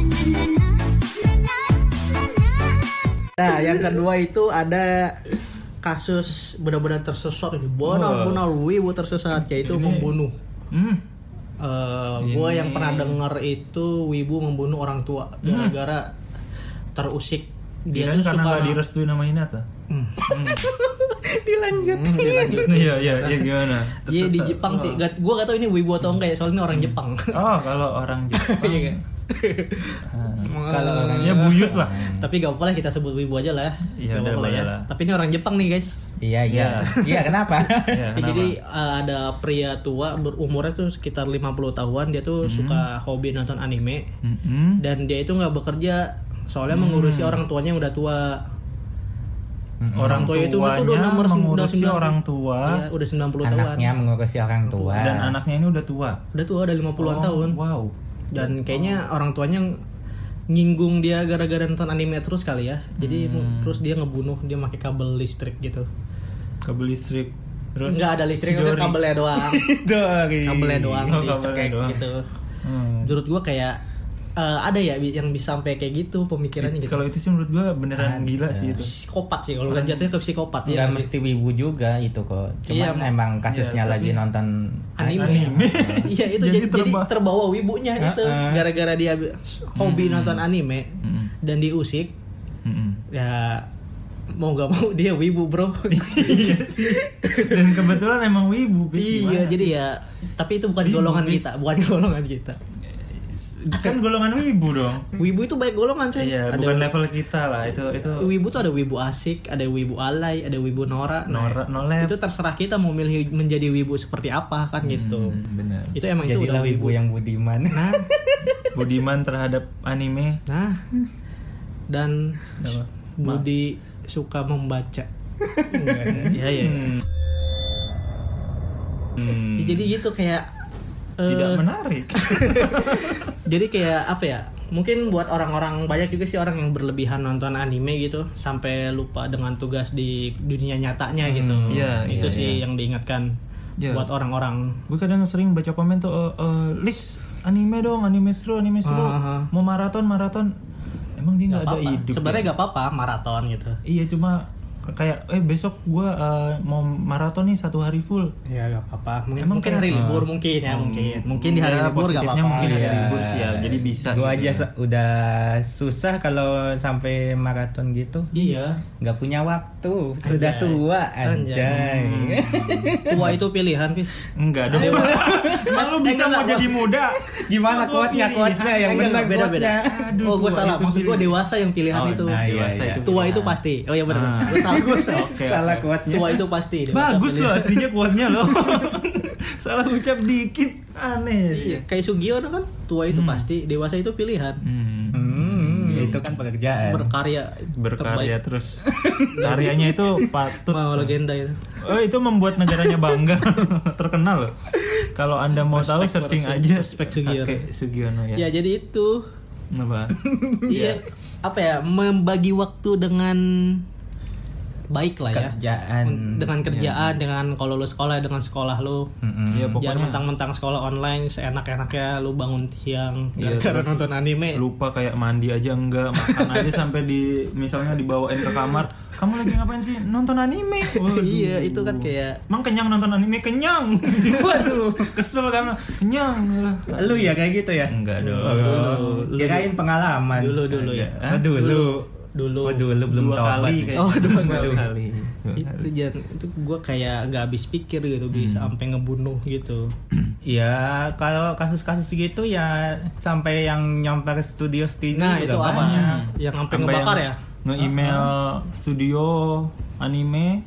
[SPEAKER 2] nah yang kedua itu ada kasus benar-benar tersesat ini benar-benar wibu tersesat yaitu membunuh
[SPEAKER 3] hmm.
[SPEAKER 2] Eh, gua yang pernah dengar itu wibu membunuh orang tua gara-gara terusik dia
[SPEAKER 3] Dia
[SPEAKER 2] tuh
[SPEAKER 3] karena
[SPEAKER 2] suka
[SPEAKER 3] nggak direstui nama Hinata.
[SPEAKER 2] Hmm.
[SPEAKER 1] Dilanjut.
[SPEAKER 3] Hmm. Iya, iya, iya gimana?
[SPEAKER 2] Iya di
[SPEAKER 3] Tersesat. Hmm.
[SPEAKER 2] Jepang sih. Gak, gue gak tau ini wibu atau enggak ya soalnya ini orang Jepang.
[SPEAKER 3] Oh, kalau orang Jepang.
[SPEAKER 2] Iya kan? Kalau
[SPEAKER 3] ya buyut lah
[SPEAKER 2] Hmm. tapi gak apa-apa lah kita sebut wibu aja lah. Gak
[SPEAKER 3] Iya, udah,
[SPEAKER 2] apa-apa lah ya.
[SPEAKER 3] boleh lah.
[SPEAKER 2] Tapi ini orang Jepang nih guys.
[SPEAKER 1] Iya iya. Iya kenapa?
[SPEAKER 3] ya,
[SPEAKER 2] Ya,
[SPEAKER 3] kenapa?
[SPEAKER 2] jadi eh, ada pria tua berumurnya tuh sekitar 50 tahuan dia
[SPEAKER 3] Hmm.
[SPEAKER 2] tuh suka hobi nonton anime
[SPEAKER 3] Mm-mm.
[SPEAKER 2] dan dia itu nggak bekerja soalnya
[SPEAKER 3] Hmm.
[SPEAKER 2] mengurusi orang tuanya yang udah tua.
[SPEAKER 3] orang
[SPEAKER 2] Orang tua
[SPEAKER 3] tuanya
[SPEAKER 2] itu- itu udah nomor sembilan-
[SPEAKER 3] mengurusi
[SPEAKER 2] sembilan-
[SPEAKER 3] orang tua
[SPEAKER 2] Iya, udah 90 tahuan.
[SPEAKER 1] Anaknya mengurusi orang tua.
[SPEAKER 3] dan anaknya ini udah tua
[SPEAKER 2] Udah tua udah 50-an
[SPEAKER 3] Oh.
[SPEAKER 2] tahun
[SPEAKER 3] wow
[SPEAKER 2] dan kayaknya
[SPEAKER 3] Oh.
[SPEAKER 2] orang tuanya nyinggung dia gara-gara nonton anime terus kali ya. Jadi
[SPEAKER 3] Hmm.
[SPEAKER 2] terus dia ngebunuh dia pakai kabel listrik gitu.
[SPEAKER 3] kabel listrik terus
[SPEAKER 2] Nggak ada listrik, maksudnya kabelnya doang.
[SPEAKER 1] Dari.
[SPEAKER 2] kabelnya doang
[SPEAKER 3] Oh, kabelnya
[SPEAKER 2] dicekek
[SPEAKER 3] doang.
[SPEAKER 2] gitu.
[SPEAKER 3] Hmm.
[SPEAKER 2] Menurut gua kayak eh, ada ya bi- yang bisa sampai kayak gitu pemikirannya gitu.
[SPEAKER 3] kalau itu sih menurut gua beneran gila sih itu
[SPEAKER 2] Psikopat sih kalau kan jatuhnya ke psikopat ya.
[SPEAKER 1] Gak mesti wibu juga itu kok.
[SPEAKER 2] Iya,
[SPEAKER 1] Cuman emang kasusnya lagi nonton
[SPEAKER 2] Anime.
[SPEAKER 3] Anime.
[SPEAKER 2] Iya itu jadi, jadi
[SPEAKER 3] Jadi terba-
[SPEAKER 2] terbawa wibunya itu gara-gara dia bi- hobi
[SPEAKER 3] Hmm.
[SPEAKER 2] nonton anime dan diusik
[SPEAKER 3] Mm-mm.
[SPEAKER 2] ya mau gak mau dia wibu bro.
[SPEAKER 3] iya sih dan kebetulan emang wibu Pis,
[SPEAKER 2] iya
[SPEAKER 3] gimana?
[SPEAKER 2] jadi ya tapi itu bukan
[SPEAKER 3] Wibu,
[SPEAKER 2] golongan
[SPEAKER 3] Fis.
[SPEAKER 2] kita, bukan golongan kita.
[SPEAKER 3] kan golongan wibu dong
[SPEAKER 2] Wibu itu banyak golongan coy.
[SPEAKER 3] iya
[SPEAKER 2] ada
[SPEAKER 3] bukan level kita lah itu itu
[SPEAKER 2] wibu tuh ada wibu asik, ada wibu alay, ada wibu norak. Nah,
[SPEAKER 3] norak nolep
[SPEAKER 2] itu terserah kita mau milih menjadi wibu seperti apa kan gitu
[SPEAKER 3] bener
[SPEAKER 2] itu emang itu udah
[SPEAKER 1] jadilah wibu yang budiman.
[SPEAKER 2] nah
[SPEAKER 3] budiman terhadap anime
[SPEAKER 2] nah dan Budi suka membaca Enggak, ya, ya. Ya, jadi gitu kayak eh,
[SPEAKER 3] tidak menarik
[SPEAKER 2] jadi kayak apa ya mungkin buat orang-orang banyak juga sih orang yang berlebihan nonton anime gitu sampai lupa dengan tugas di dunia nyatanya gitu
[SPEAKER 3] iya,
[SPEAKER 2] itu
[SPEAKER 3] iya,
[SPEAKER 2] sih yang diingatkan
[SPEAKER 3] Iya.
[SPEAKER 2] buat orang-orang
[SPEAKER 3] gue kadang sering baca komen tuh eh, eh, list anime dong anime seru anime seru
[SPEAKER 2] Ah,
[SPEAKER 3] mau maraton maraton emang dia nggak ada
[SPEAKER 2] apa
[SPEAKER 3] hidup
[SPEAKER 2] sebenarnya gak apa-apa maraton gitu
[SPEAKER 3] iya cuma kayak eh besok gue mau maraton nih satu hari full
[SPEAKER 2] Ya gak apa-apa. Mungkin, mungkin hari libur mungkin ya mungkin. Mungkin di hari
[SPEAKER 3] Ya,
[SPEAKER 2] libur gak apa-apa. Iya.
[SPEAKER 3] positifnya mungkin ada libur sih ya jadi bisa
[SPEAKER 1] Gue aja se- udah susah kalau sampai maraton gitu.
[SPEAKER 2] Iya.
[SPEAKER 1] Gak punya waktu, sudah tua anjay.
[SPEAKER 2] Tua itu pilihan, Pis.
[SPEAKER 3] enggak dong emang lu bisa
[SPEAKER 2] enggak, enggak,
[SPEAKER 3] mau jadi muda
[SPEAKER 1] Gimana quote-nya? Quote-nya yang
[SPEAKER 2] Enggak, beda
[SPEAKER 1] benar
[SPEAKER 2] beda.
[SPEAKER 1] quote-nya.
[SPEAKER 3] Aduh,
[SPEAKER 2] oh, gue
[SPEAKER 3] tua
[SPEAKER 2] salah.
[SPEAKER 3] itu
[SPEAKER 2] Maksud gue
[SPEAKER 3] pilihan.
[SPEAKER 2] dewasa yang pilihan
[SPEAKER 3] Oh,
[SPEAKER 2] kan itu.
[SPEAKER 3] nah,
[SPEAKER 1] iya,
[SPEAKER 3] dewasa
[SPEAKER 1] iya.
[SPEAKER 3] itu
[SPEAKER 2] Tua
[SPEAKER 3] pilihan.
[SPEAKER 2] itu pasti. Oh iya benar.
[SPEAKER 3] Ah.
[SPEAKER 2] Gue salah. Gue salah.
[SPEAKER 1] Salah quote-nya.
[SPEAKER 2] Tua itu pasti. dewasa
[SPEAKER 3] bagus
[SPEAKER 2] pilihan.
[SPEAKER 3] loh aslinya kuatnya loh salah ucap dikit aneh
[SPEAKER 2] Iya, kayak Sugiono kan. Tua itu pasti, dewasa itu pilihan.
[SPEAKER 3] Hmm.
[SPEAKER 1] Hmm, itu kan pekerjaan.
[SPEAKER 2] Berkarya
[SPEAKER 3] berkarya terus karyanya itu patut
[SPEAKER 2] mau legenda itu.
[SPEAKER 3] oh, itu membuat negaranya bangga terkenal loh kalau anda mau tahu searching aja
[SPEAKER 2] respect Sugiono.
[SPEAKER 3] Kakek Sugiono ya, Hmm,
[SPEAKER 2] Ya jadi itu.
[SPEAKER 3] Kenapa?
[SPEAKER 2] Iya. Apa ya? Membagi waktu dengan baik lah ya.
[SPEAKER 1] Kerjaan.
[SPEAKER 3] hmm,
[SPEAKER 2] dengan kerjaan dengan kalau lu sekolah dengan sekolah lu
[SPEAKER 3] ya
[SPEAKER 2] jangan
[SPEAKER 3] pokoknya
[SPEAKER 2] mentang-mentang sekolah online seenak-enaknya lu bangun siang
[SPEAKER 3] Iya,
[SPEAKER 2] gara-gara
[SPEAKER 3] terus-
[SPEAKER 2] nonton anime
[SPEAKER 3] lupa kayak mandi aja enggak makan aja sampai di misalnya dibawain ke kamar kamu lagi ngapain sih nonton anime Waduh.
[SPEAKER 2] iya itu kan kayak
[SPEAKER 3] emang kenyang nonton anime kenyang waduh kesel kan kenyang lah
[SPEAKER 1] Lu ya kayak gitu ya?
[SPEAKER 3] enggak dong Iya.
[SPEAKER 1] Kirain pengalaman.
[SPEAKER 2] dulu Oh, dulu ya
[SPEAKER 1] Oh, dulu.
[SPEAKER 2] dulu
[SPEAKER 1] Oh, dulu belum
[SPEAKER 3] dua
[SPEAKER 1] tobat.
[SPEAKER 3] kali
[SPEAKER 1] nih.
[SPEAKER 3] kayak
[SPEAKER 2] Oh,
[SPEAKER 3] dua kali
[SPEAKER 2] itu jangan itu gue kayak gak habis pikir gitu bisa sampai ngebunuh gitu
[SPEAKER 1] Ya kalau kasus-kasus gitu ya sampai yang nyampe ke studio studio
[SPEAKER 2] nah itu apa yang sampai ngebakar ya Ah.
[SPEAKER 3] nge-email studio anime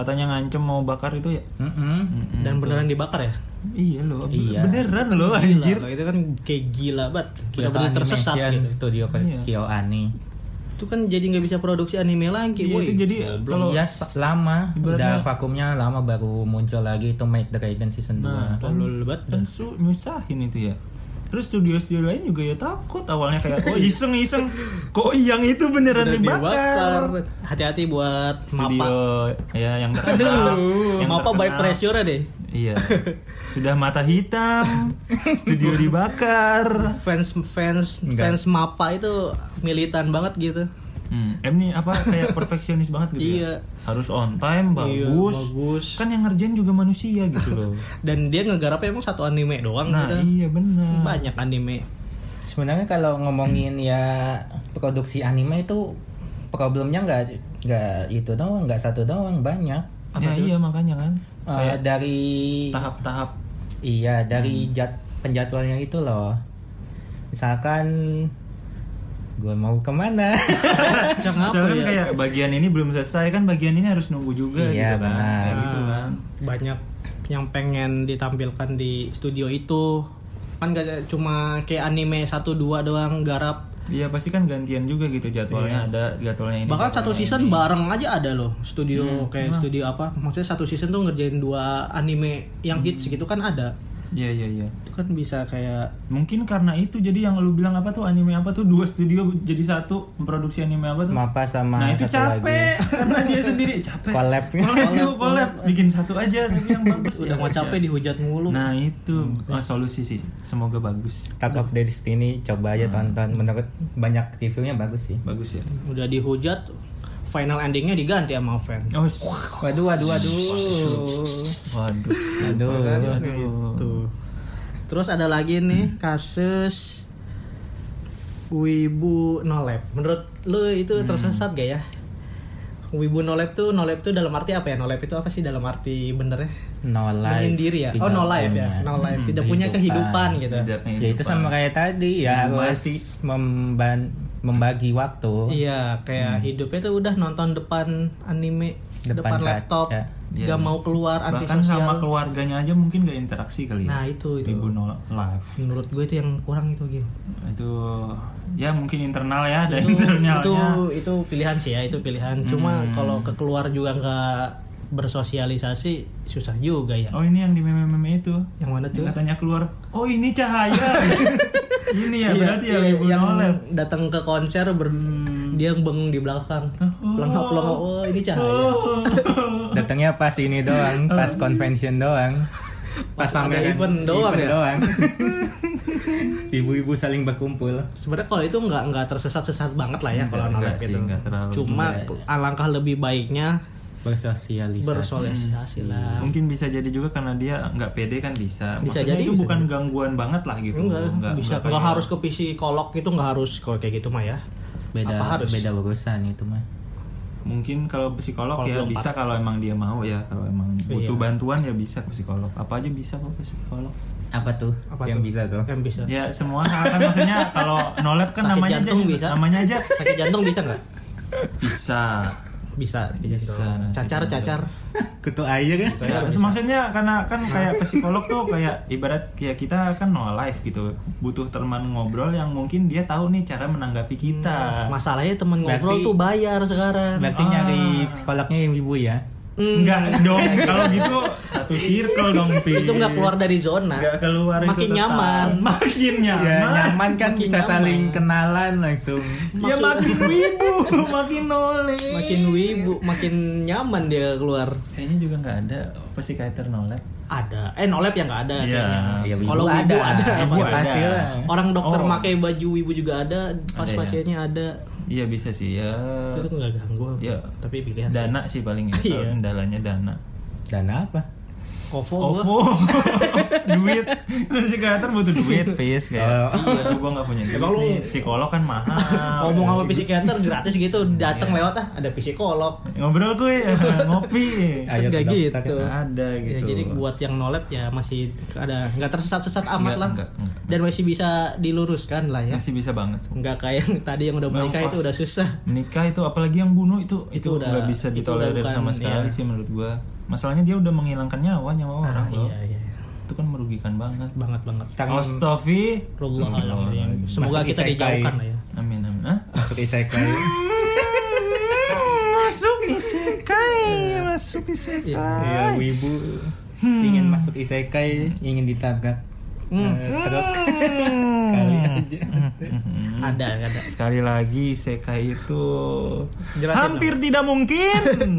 [SPEAKER 3] katanya ngancem mau bakar itu ya
[SPEAKER 2] dan beneran dibakar ya
[SPEAKER 3] iya loh
[SPEAKER 1] Iya.
[SPEAKER 3] beneran loh anjir
[SPEAKER 2] Gila, itu kan kayak gila banget bener-bener tersesat gitu
[SPEAKER 1] studio ke
[SPEAKER 3] Iya.
[SPEAKER 1] KyoAni.
[SPEAKER 2] itu kan jadi nggak bisa produksi anime lagi
[SPEAKER 3] Iya,
[SPEAKER 2] woi.
[SPEAKER 3] itu jadi kalau
[SPEAKER 2] Iya.
[SPEAKER 1] ya s- lama
[SPEAKER 3] ibaratnya-
[SPEAKER 1] udah vakumnya lama baru muncul lagi itu Make the Dragon season 2.
[SPEAKER 3] Nah,
[SPEAKER 2] Kalau lu lebat
[SPEAKER 3] dan su nyusahin itu ya terus studio-studio lain juga ya takut awalnya kayak oh iseng-iseng kok yang itu beneran
[SPEAKER 2] Udah
[SPEAKER 3] dibakar
[SPEAKER 2] dibakar. Hati-hati buat
[SPEAKER 3] studio
[SPEAKER 2] mapa.
[SPEAKER 3] ya yang terkenal yang
[SPEAKER 2] mapa by
[SPEAKER 3] terkenal.
[SPEAKER 2] pressure deh.
[SPEAKER 3] iya sudah mata hitam studio dibakar
[SPEAKER 2] Fans fans fans mapa itu militan banget gitu.
[SPEAKER 3] Hmm, em nih apa kayak perfeksionis banget gitu ya?
[SPEAKER 2] Iya.
[SPEAKER 3] Harus on time, bagus.
[SPEAKER 2] bagus.
[SPEAKER 3] Kan yang ngerjain juga manusia gitu loh.
[SPEAKER 2] Dan dia ngegarapnya emang satu anime doang
[SPEAKER 3] Nah,
[SPEAKER 2] gitu.
[SPEAKER 3] iya benar.
[SPEAKER 2] Banyak anime.
[SPEAKER 1] Sebenarnya kalau ngomongin ya produksi anime itu problemnya nggak nggak itu doang, nggak satu doang, banyak.
[SPEAKER 3] Ya iya makanya kan.
[SPEAKER 1] Eh, dari
[SPEAKER 3] Tahap-tahap
[SPEAKER 2] Hmm.
[SPEAKER 1] Iya dari jad- penjadwalnya itu loh misalkan gue mau kemana
[SPEAKER 2] Jangan apa
[SPEAKER 3] Soalnya
[SPEAKER 2] ya?
[SPEAKER 3] kayak bagian ini belum selesai kan bagian ini harus nunggu juga
[SPEAKER 1] Iya,
[SPEAKER 3] gitu kan.
[SPEAKER 1] benar.
[SPEAKER 3] Kayak gitu kan.
[SPEAKER 2] banyak yang pengen ditampilkan di studio itu kan gak ada- cuma kayak anime satu dua doang garap
[SPEAKER 3] Iya pasti kan gantian juga gitu jadwalnya ada jadwalnya ini.
[SPEAKER 2] Iya. bahkan satu
[SPEAKER 3] jadwalnya
[SPEAKER 2] season bareng aja ada loh studio kayak studio apa maksudnya satu season tuh ngerjain dua anime yang hits gitu kan ada
[SPEAKER 3] ini. Iya iya iya.
[SPEAKER 2] itu kan bisa kayak
[SPEAKER 3] Mungkin karena itu jadi yang lu bilang apa tuh anime apa tuh dua studio jadi satu memproduksi anime apa tuh.
[SPEAKER 1] mapa sama
[SPEAKER 3] nah itu
[SPEAKER 1] satu
[SPEAKER 3] capek
[SPEAKER 1] lagi
[SPEAKER 3] karena dia sendiri capek.
[SPEAKER 1] collab
[SPEAKER 3] Collab, yuk, collab. bikin satu aja tapi yang bagus
[SPEAKER 2] udah mau capek dihujat mulu
[SPEAKER 3] Iya, Nah itu Nah, solusi sih semoga bagus
[SPEAKER 1] Talk of the Destiny coba aja
[SPEAKER 2] Hmm.
[SPEAKER 1] tonton menurut banyak reviewnya bagus sih
[SPEAKER 3] bagus ya.
[SPEAKER 2] udah dihujat final endingnya diganti sama fan
[SPEAKER 3] Oh s-
[SPEAKER 1] waduh waduh waduh
[SPEAKER 3] waduh
[SPEAKER 1] waduh
[SPEAKER 3] aduh.
[SPEAKER 1] Oh.
[SPEAKER 2] tuh Gitu. terus ada lagi nih
[SPEAKER 1] Hmm.
[SPEAKER 2] kasus wibu nolep menurut lu
[SPEAKER 1] Hmm.
[SPEAKER 2] itu tersesat gak ya wibu nolep tuh nolep tuh dalam arti apa ya nolep itu apa sih dalam arti benernya
[SPEAKER 1] no life
[SPEAKER 2] menyendiri ya oh
[SPEAKER 1] Tidak
[SPEAKER 2] no life ya
[SPEAKER 1] punya. Hmm.
[SPEAKER 2] no life tidak punya kehidupan gitu
[SPEAKER 3] Tidaknya
[SPEAKER 1] ya itu sama kayak tadi
[SPEAKER 3] Mas.
[SPEAKER 1] ya harus sih memban membagi waktu
[SPEAKER 2] iya kayak hidupnya tuh udah nonton depan anime depan,
[SPEAKER 1] Hmm. Depan
[SPEAKER 2] laptop
[SPEAKER 1] kaca. Iya.
[SPEAKER 2] nggak mau keluar
[SPEAKER 3] bahkan
[SPEAKER 2] antisosial
[SPEAKER 3] sama keluarganya aja mungkin gak interaksi kali ya
[SPEAKER 2] nah itu itu
[SPEAKER 3] ibu no live
[SPEAKER 2] menurut gue itu yang kurang itu game
[SPEAKER 3] itu ya mungkin internal ya ada
[SPEAKER 2] itu
[SPEAKER 3] internalnya
[SPEAKER 2] itu itu pilihan sih ya itu pilihan cuma kalau ke keluar juga nggak bersosialisasi susah juga ya
[SPEAKER 3] oh ini yang di meme meme itu
[SPEAKER 2] yang mana tuh
[SPEAKER 3] yang katanya keluar oh ini cahaya ini ya berarti ya
[SPEAKER 2] iya,
[SPEAKER 3] ibu
[SPEAKER 2] yang
[SPEAKER 3] no live
[SPEAKER 2] datang ke konser ber dia bengong di belakang pelangkap pelangkap oh ini cahaya
[SPEAKER 1] datangnya pas ini doang pas convention doang
[SPEAKER 2] Pas ada
[SPEAKER 1] pas
[SPEAKER 3] kan?
[SPEAKER 1] pameran
[SPEAKER 2] event doang ya?
[SPEAKER 1] doang. ibu-ibu saling berkumpul
[SPEAKER 2] sebenarnya kalau itu nggak nggak tersesat-sesat banget lah ya kalau
[SPEAKER 3] enggak
[SPEAKER 2] anak
[SPEAKER 3] sih ya.
[SPEAKER 2] itu
[SPEAKER 3] enggak terlalu
[SPEAKER 2] cuma alangkah lebih baiknya
[SPEAKER 1] bersosialisasi
[SPEAKER 2] bersosialisasi lah
[SPEAKER 3] mungkin bisa jadi juga karena dia nggak pede kan bisa
[SPEAKER 2] Bisa
[SPEAKER 3] Maksudnya
[SPEAKER 2] jadi,
[SPEAKER 3] itu
[SPEAKER 2] bisa
[SPEAKER 3] bukan gangguan banget lah gitu
[SPEAKER 2] enggak,
[SPEAKER 3] Nggak-
[SPEAKER 2] bisa
[SPEAKER 3] nggak
[SPEAKER 2] nggak
[SPEAKER 3] kayak-
[SPEAKER 2] harus ke psikolog itu nggak harus kalau kayak gitu mah ya
[SPEAKER 1] beda
[SPEAKER 2] Apa harus?
[SPEAKER 1] beda urusan itu mah
[SPEAKER 3] mungkin kalau psikolog
[SPEAKER 2] Kalau Iya.
[SPEAKER 3] ya
[SPEAKER 2] belum
[SPEAKER 3] bisa kalau emang dia mau ya kalau emang butuh bantuan ya bisa ke psikolog apa aja bisa kok ke psikolog
[SPEAKER 1] apa tuh
[SPEAKER 2] Apa
[SPEAKER 1] yang
[SPEAKER 2] tuh?
[SPEAKER 1] bisa tuh
[SPEAKER 2] kan bisa
[SPEAKER 3] ya semua hal kan maksudnya kalau nolep kan
[SPEAKER 2] Sakit
[SPEAKER 3] namanya
[SPEAKER 2] jantung
[SPEAKER 3] aja
[SPEAKER 2] bisa.
[SPEAKER 3] namanya aja
[SPEAKER 2] sakit jantung bisa nggak
[SPEAKER 3] bisa
[SPEAKER 2] bisa sakit
[SPEAKER 3] Bisa, nah, gitu.
[SPEAKER 2] jantung.
[SPEAKER 3] nanti
[SPEAKER 2] cacar cacar
[SPEAKER 1] kutu aja kan
[SPEAKER 3] Ya, maksudnya karena kan kayak ke psikolog tuh kayak ibarat kayak kita kan no life gitu butuh teman ngobrol yang mungkin dia tahu nih cara menanggapi kita
[SPEAKER 2] masalahnya temen ngobrol
[SPEAKER 1] Berarti-
[SPEAKER 2] tuh bayar sekarang Hmm,
[SPEAKER 1] berarti nyari psikolognya yang ibu ya
[SPEAKER 3] enggak dong kalau gitu satu circle dong Pi.
[SPEAKER 2] itu nggak keluar dari zona
[SPEAKER 3] Nggak keluar itu
[SPEAKER 2] makin
[SPEAKER 3] tetap.
[SPEAKER 2] nyaman
[SPEAKER 3] makin nyaman
[SPEAKER 1] ya nyaman kan
[SPEAKER 2] makin Iya,
[SPEAKER 1] bisa
[SPEAKER 2] nyaman.
[SPEAKER 1] saling kenalan langsung
[SPEAKER 2] Iya,
[SPEAKER 3] ya makin wibu makin noleh
[SPEAKER 2] makin wibu makin nyaman dia keluar
[SPEAKER 3] kayaknya juga nggak ada psikiater noleh
[SPEAKER 2] ada eh nolep yang nggak ada kayaknya.
[SPEAKER 3] Iya,
[SPEAKER 2] Kalau ibu ada,
[SPEAKER 1] ibu
[SPEAKER 3] pasti.
[SPEAKER 1] ada. Iya, pasti lah
[SPEAKER 2] orang dokter
[SPEAKER 3] Oh. ya.
[SPEAKER 2] pakai baju wibu juga ada pas pasiennya ada
[SPEAKER 3] iya bisa sih ya
[SPEAKER 2] itu tuh nggak ganggu apa.
[SPEAKER 3] Iya.
[SPEAKER 2] tapi pilihan
[SPEAKER 3] dana sih paling ya
[SPEAKER 2] Iya.
[SPEAKER 3] Kalau kendalanya dana
[SPEAKER 1] dan apa
[SPEAKER 2] kovo gua
[SPEAKER 3] OVO duit psikiater butuh duit fees
[SPEAKER 2] Ah.
[SPEAKER 3] kayak iya gua nggak punya duit nih. psikolog kan mahal
[SPEAKER 2] ngomong sama psikiater gratis gitu
[SPEAKER 3] Iya.
[SPEAKER 2] datang lewat ah ada psikolog
[SPEAKER 3] ngobrol gue ngopi
[SPEAKER 2] Kan
[SPEAKER 1] Ayo ke
[SPEAKER 2] nggak
[SPEAKER 1] dokter.
[SPEAKER 2] gitu
[SPEAKER 3] ada
[SPEAKER 2] Ya,
[SPEAKER 3] gitu
[SPEAKER 2] jadi buat yang nolep ya masih ada nggak tersesat-sesat amat
[SPEAKER 3] Nggak,
[SPEAKER 2] lah
[SPEAKER 3] nggak, Nah, nggak.
[SPEAKER 2] dan masih bisa diluruskan lah ya
[SPEAKER 3] masih bisa banget
[SPEAKER 2] nggak kayak yang tadi yang udah menikah
[SPEAKER 3] pas.
[SPEAKER 2] itu udah susah
[SPEAKER 3] menikah itu apalagi yang bunuh itu itu,
[SPEAKER 2] udah-
[SPEAKER 3] nggak bisa
[SPEAKER 2] itu
[SPEAKER 3] ditolerir
[SPEAKER 2] udah bukan,
[SPEAKER 3] sama sekali
[SPEAKER 2] iya.
[SPEAKER 3] sih menurut gua masalahnya dia udah menghilangkan nyawa nyawa orang loh
[SPEAKER 2] iya iya
[SPEAKER 3] itu kan merugikan banget
[SPEAKER 2] banget banget
[SPEAKER 1] Tangan
[SPEAKER 3] Astafi
[SPEAKER 2] Astagfirullahaladzim. semoga
[SPEAKER 1] Masuk
[SPEAKER 2] kita
[SPEAKER 1] isekai.
[SPEAKER 2] dijauhkan lah ya
[SPEAKER 3] amin amin ah. Hah?
[SPEAKER 1] masuk isekai
[SPEAKER 3] masuk isekai masuk
[SPEAKER 2] Iya,
[SPEAKER 3] isekai
[SPEAKER 1] ya ibu
[SPEAKER 2] Hmm.
[SPEAKER 1] ingin masuk isekai ingin ditabrak Eh, truk
[SPEAKER 2] Hmm.
[SPEAKER 1] kali aja
[SPEAKER 2] Oh, ada ada
[SPEAKER 3] sekali lagi isekai itu
[SPEAKER 2] Jelasin
[SPEAKER 3] hampir tidak mungkin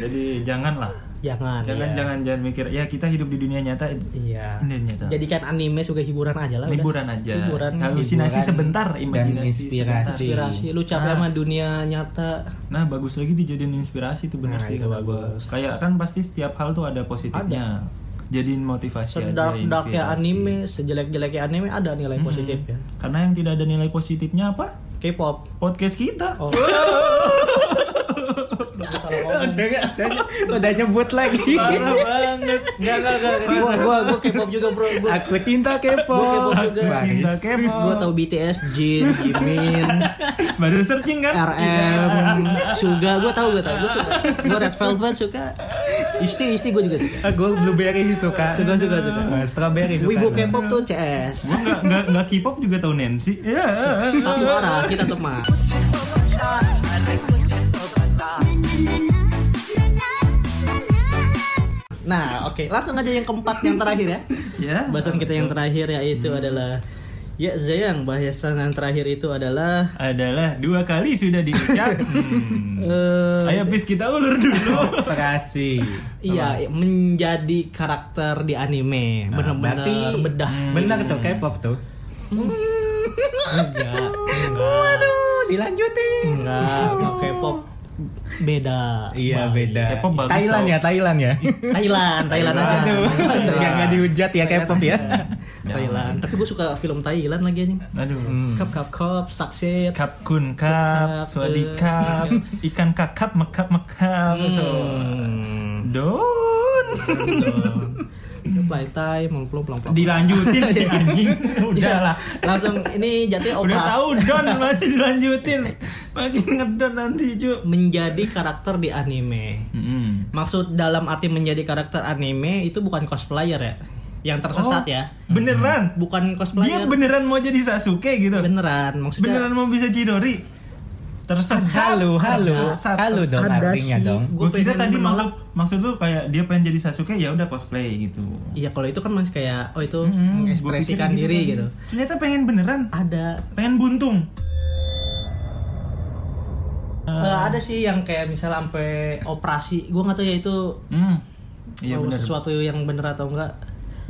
[SPEAKER 3] jadi janganlah
[SPEAKER 2] jangan
[SPEAKER 3] jangan jangan jangan mikir ya kita hidup di dunia nyata
[SPEAKER 2] iya
[SPEAKER 3] dunia nyata
[SPEAKER 2] jadikan anime sebagai hiburan aja lah udah.
[SPEAKER 3] liburan aja
[SPEAKER 2] Hiburan.
[SPEAKER 3] halusinasi
[SPEAKER 1] Hiburan
[SPEAKER 3] sebentar
[SPEAKER 1] dan
[SPEAKER 3] imajinasi sebentar.
[SPEAKER 1] inspirasi
[SPEAKER 2] inspirasi lu capek sama dunia nyata
[SPEAKER 3] nah bagus lagi dijadiin inspirasi tuh
[SPEAKER 2] Nah,
[SPEAKER 3] bener sih kata gua. kayak kan pasti setiap hal tuh ada positifnya jadiin motivasi
[SPEAKER 2] dark
[SPEAKER 3] aja
[SPEAKER 2] dark ya
[SPEAKER 3] inspirasi.
[SPEAKER 2] anime sejelek jeleknya anime ada nilai ya. positifnya
[SPEAKER 3] karena yang tidak ada nilai positifnya apa
[SPEAKER 2] K-pop
[SPEAKER 3] podcast kita
[SPEAKER 2] Oh.
[SPEAKER 1] udah, udah nyebut lagi
[SPEAKER 2] Ah,
[SPEAKER 3] Parah banget.
[SPEAKER 2] Enggak, enggak, enggak. Gua gua gua K-pop juga, Bro. Gua
[SPEAKER 1] aku cinta kepo
[SPEAKER 2] Gua kepo juga.
[SPEAKER 1] Baris.
[SPEAKER 3] Cinta kemo.
[SPEAKER 2] gua tahu BTS, Jin, Jimin,
[SPEAKER 3] Baru searching kan?
[SPEAKER 2] RM, Suga, gua tahu gua tahu gua suka. Gua Red Velvet suka. Isti, Isti gua juga suka.
[SPEAKER 1] Ah, gue blueberry sih suka
[SPEAKER 2] Suka, suka, suka.
[SPEAKER 1] Eh, strawberry suka
[SPEAKER 2] Wibu K-pop tuh CS.
[SPEAKER 3] Enggak enggak enggak K-pop juga tahu Nancy. Iya.
[SPEAKER 2] Satu arah kita teman. Nah, oke, langsung aja yang keempat yang terakhir ya.
[SPEAKER 3] Ya.
[SPEAKER 2] Bahasan kita yang terakhir yaitu adalah Ya Zayang, bahasan yang terakhir itu adalah
[SPEAKER 3] Adalah dua kali sudah diucap. Hmm.
[SPEAKER 2] eh,
[SPEAKER 3] Ayo bis kita ulur dulu.
[SPEAKER 1] operasi
[SPEAKER 2] iya menjadi karakter di anime. Benar-benar
[SPEAKER 1] Nah, berarti Hmm.
[SPEAKER 2] bedah.
[SPEAKER 1] benar tuh K-pop tuh
[SPEAKER 2] Enggak, enggak.
[SPEAKER 1] Waduh, dilanjutin
[SPEAKER 2] Enggak, kalau K-pop beda.
[SPEAKER 1] iya beda
[SPEAKER 3] K-pop bagus
[SPEAKER 1] Thailand
[SPEAKER 3] tau.
[SPEAKER 1] ya Thailand ya
[SPEAKER 2] Thailand, Thailand aja.
[SPEAKER 1] Aduh,
[SPEAKER 2] Nah,
[SPEAKER 1] nggak nggak dihujat ya K-pop ya
[SPEAKER 2] Thailand. Tapi gue suka film Thailand lagi anjing.
[SPEAKER 3] Aduh.
[SPEAKER 2] Cup cup cup saksit.
[SPEAKER 3] Kap kun kap, eh.
[SPEAKER 2] Kap,
[SPEAKER 3] swadi kap, ikan kakap mekap mekap gitu. Don.
[SPEAKER 2] Play Thai, mau plong plong plong.
[SPEAKER 3] Dilanjutin sih anjing. Udahlah.
[SPEAKER 2] Langsung ini jatuh
[SPEAKER 3] Udah tahu
[SPEAKER 2] operasi
[SPEAKER 3] Don masih dilanjutin. Makin ngedon nanti Ju.
[SPEAKER 2] menjadi karakter di anime.
[SPEAKER 3] Mm-mm.
[SPEAKER 2] Maksud dalam arti menjadi karakter anime itu bukan cosplayer ya. Yang tersesat
[SPEAKER 3] Oh.
[SPEAKER 2] ya.
[SPEAKER 3] Beneran.
[SPEAKER 2] Bukan
[SPEAKER 3] Dia
[SPEAKER 2] cosplayer.
[SPEAKER 3] beneran mau jadi Sasuke gitu.
[SPEAKER 2] beneran maksudnya
[SPEAKER 3] Beneran mau bisa Chidori. Tersesat.
[SPEAKER 1] halo halo
[SPEAKER 3] Tersesat.
[SPEAKER 1] halo dong
[SPEAKER 2] Ada
[SPEAKER 1] artinya
[SPEAKER 2] sih.
[SPEAKER 1] dong
[SPEAKER 2] Gua
[SPEAKER 3] Gue kira
[SPEAKER 2] pengen
[SPEAKER 3] tadi maksud
[SPEAKER 2] menolak.
[SPEAKER 3] maksud lu kayak dia pengen jadi Sasuke ya udah cosplay gitu.
[SPEAKER 2] Iya kalau itu kan masih kayak oh itu
[SPEAKER 3] Hmm,
[SPEAKER 2] mengekspresikan
[SPEAKER 3] gua pikir
[SPEAKER 2] diri
[SPEAKER 3] kan.
[SPEAKER 2] gitu.
[SPEAKER 3] Ternyata pengen beneran,
[SPEAKER 2] Ada
[SPEAKER 3] pengen buntung. Ah.
[SPEAKER 2] Eh, ada sih yang kayak misalnya sampai operasi, gue nggak tahu ya itu
[SPEAKER 3] Hmm. Iya
[SPEAKER 2] mau
[SPEAKER 3] bener.
[SPEAKER 2] sesuatu yang bener atau enggak.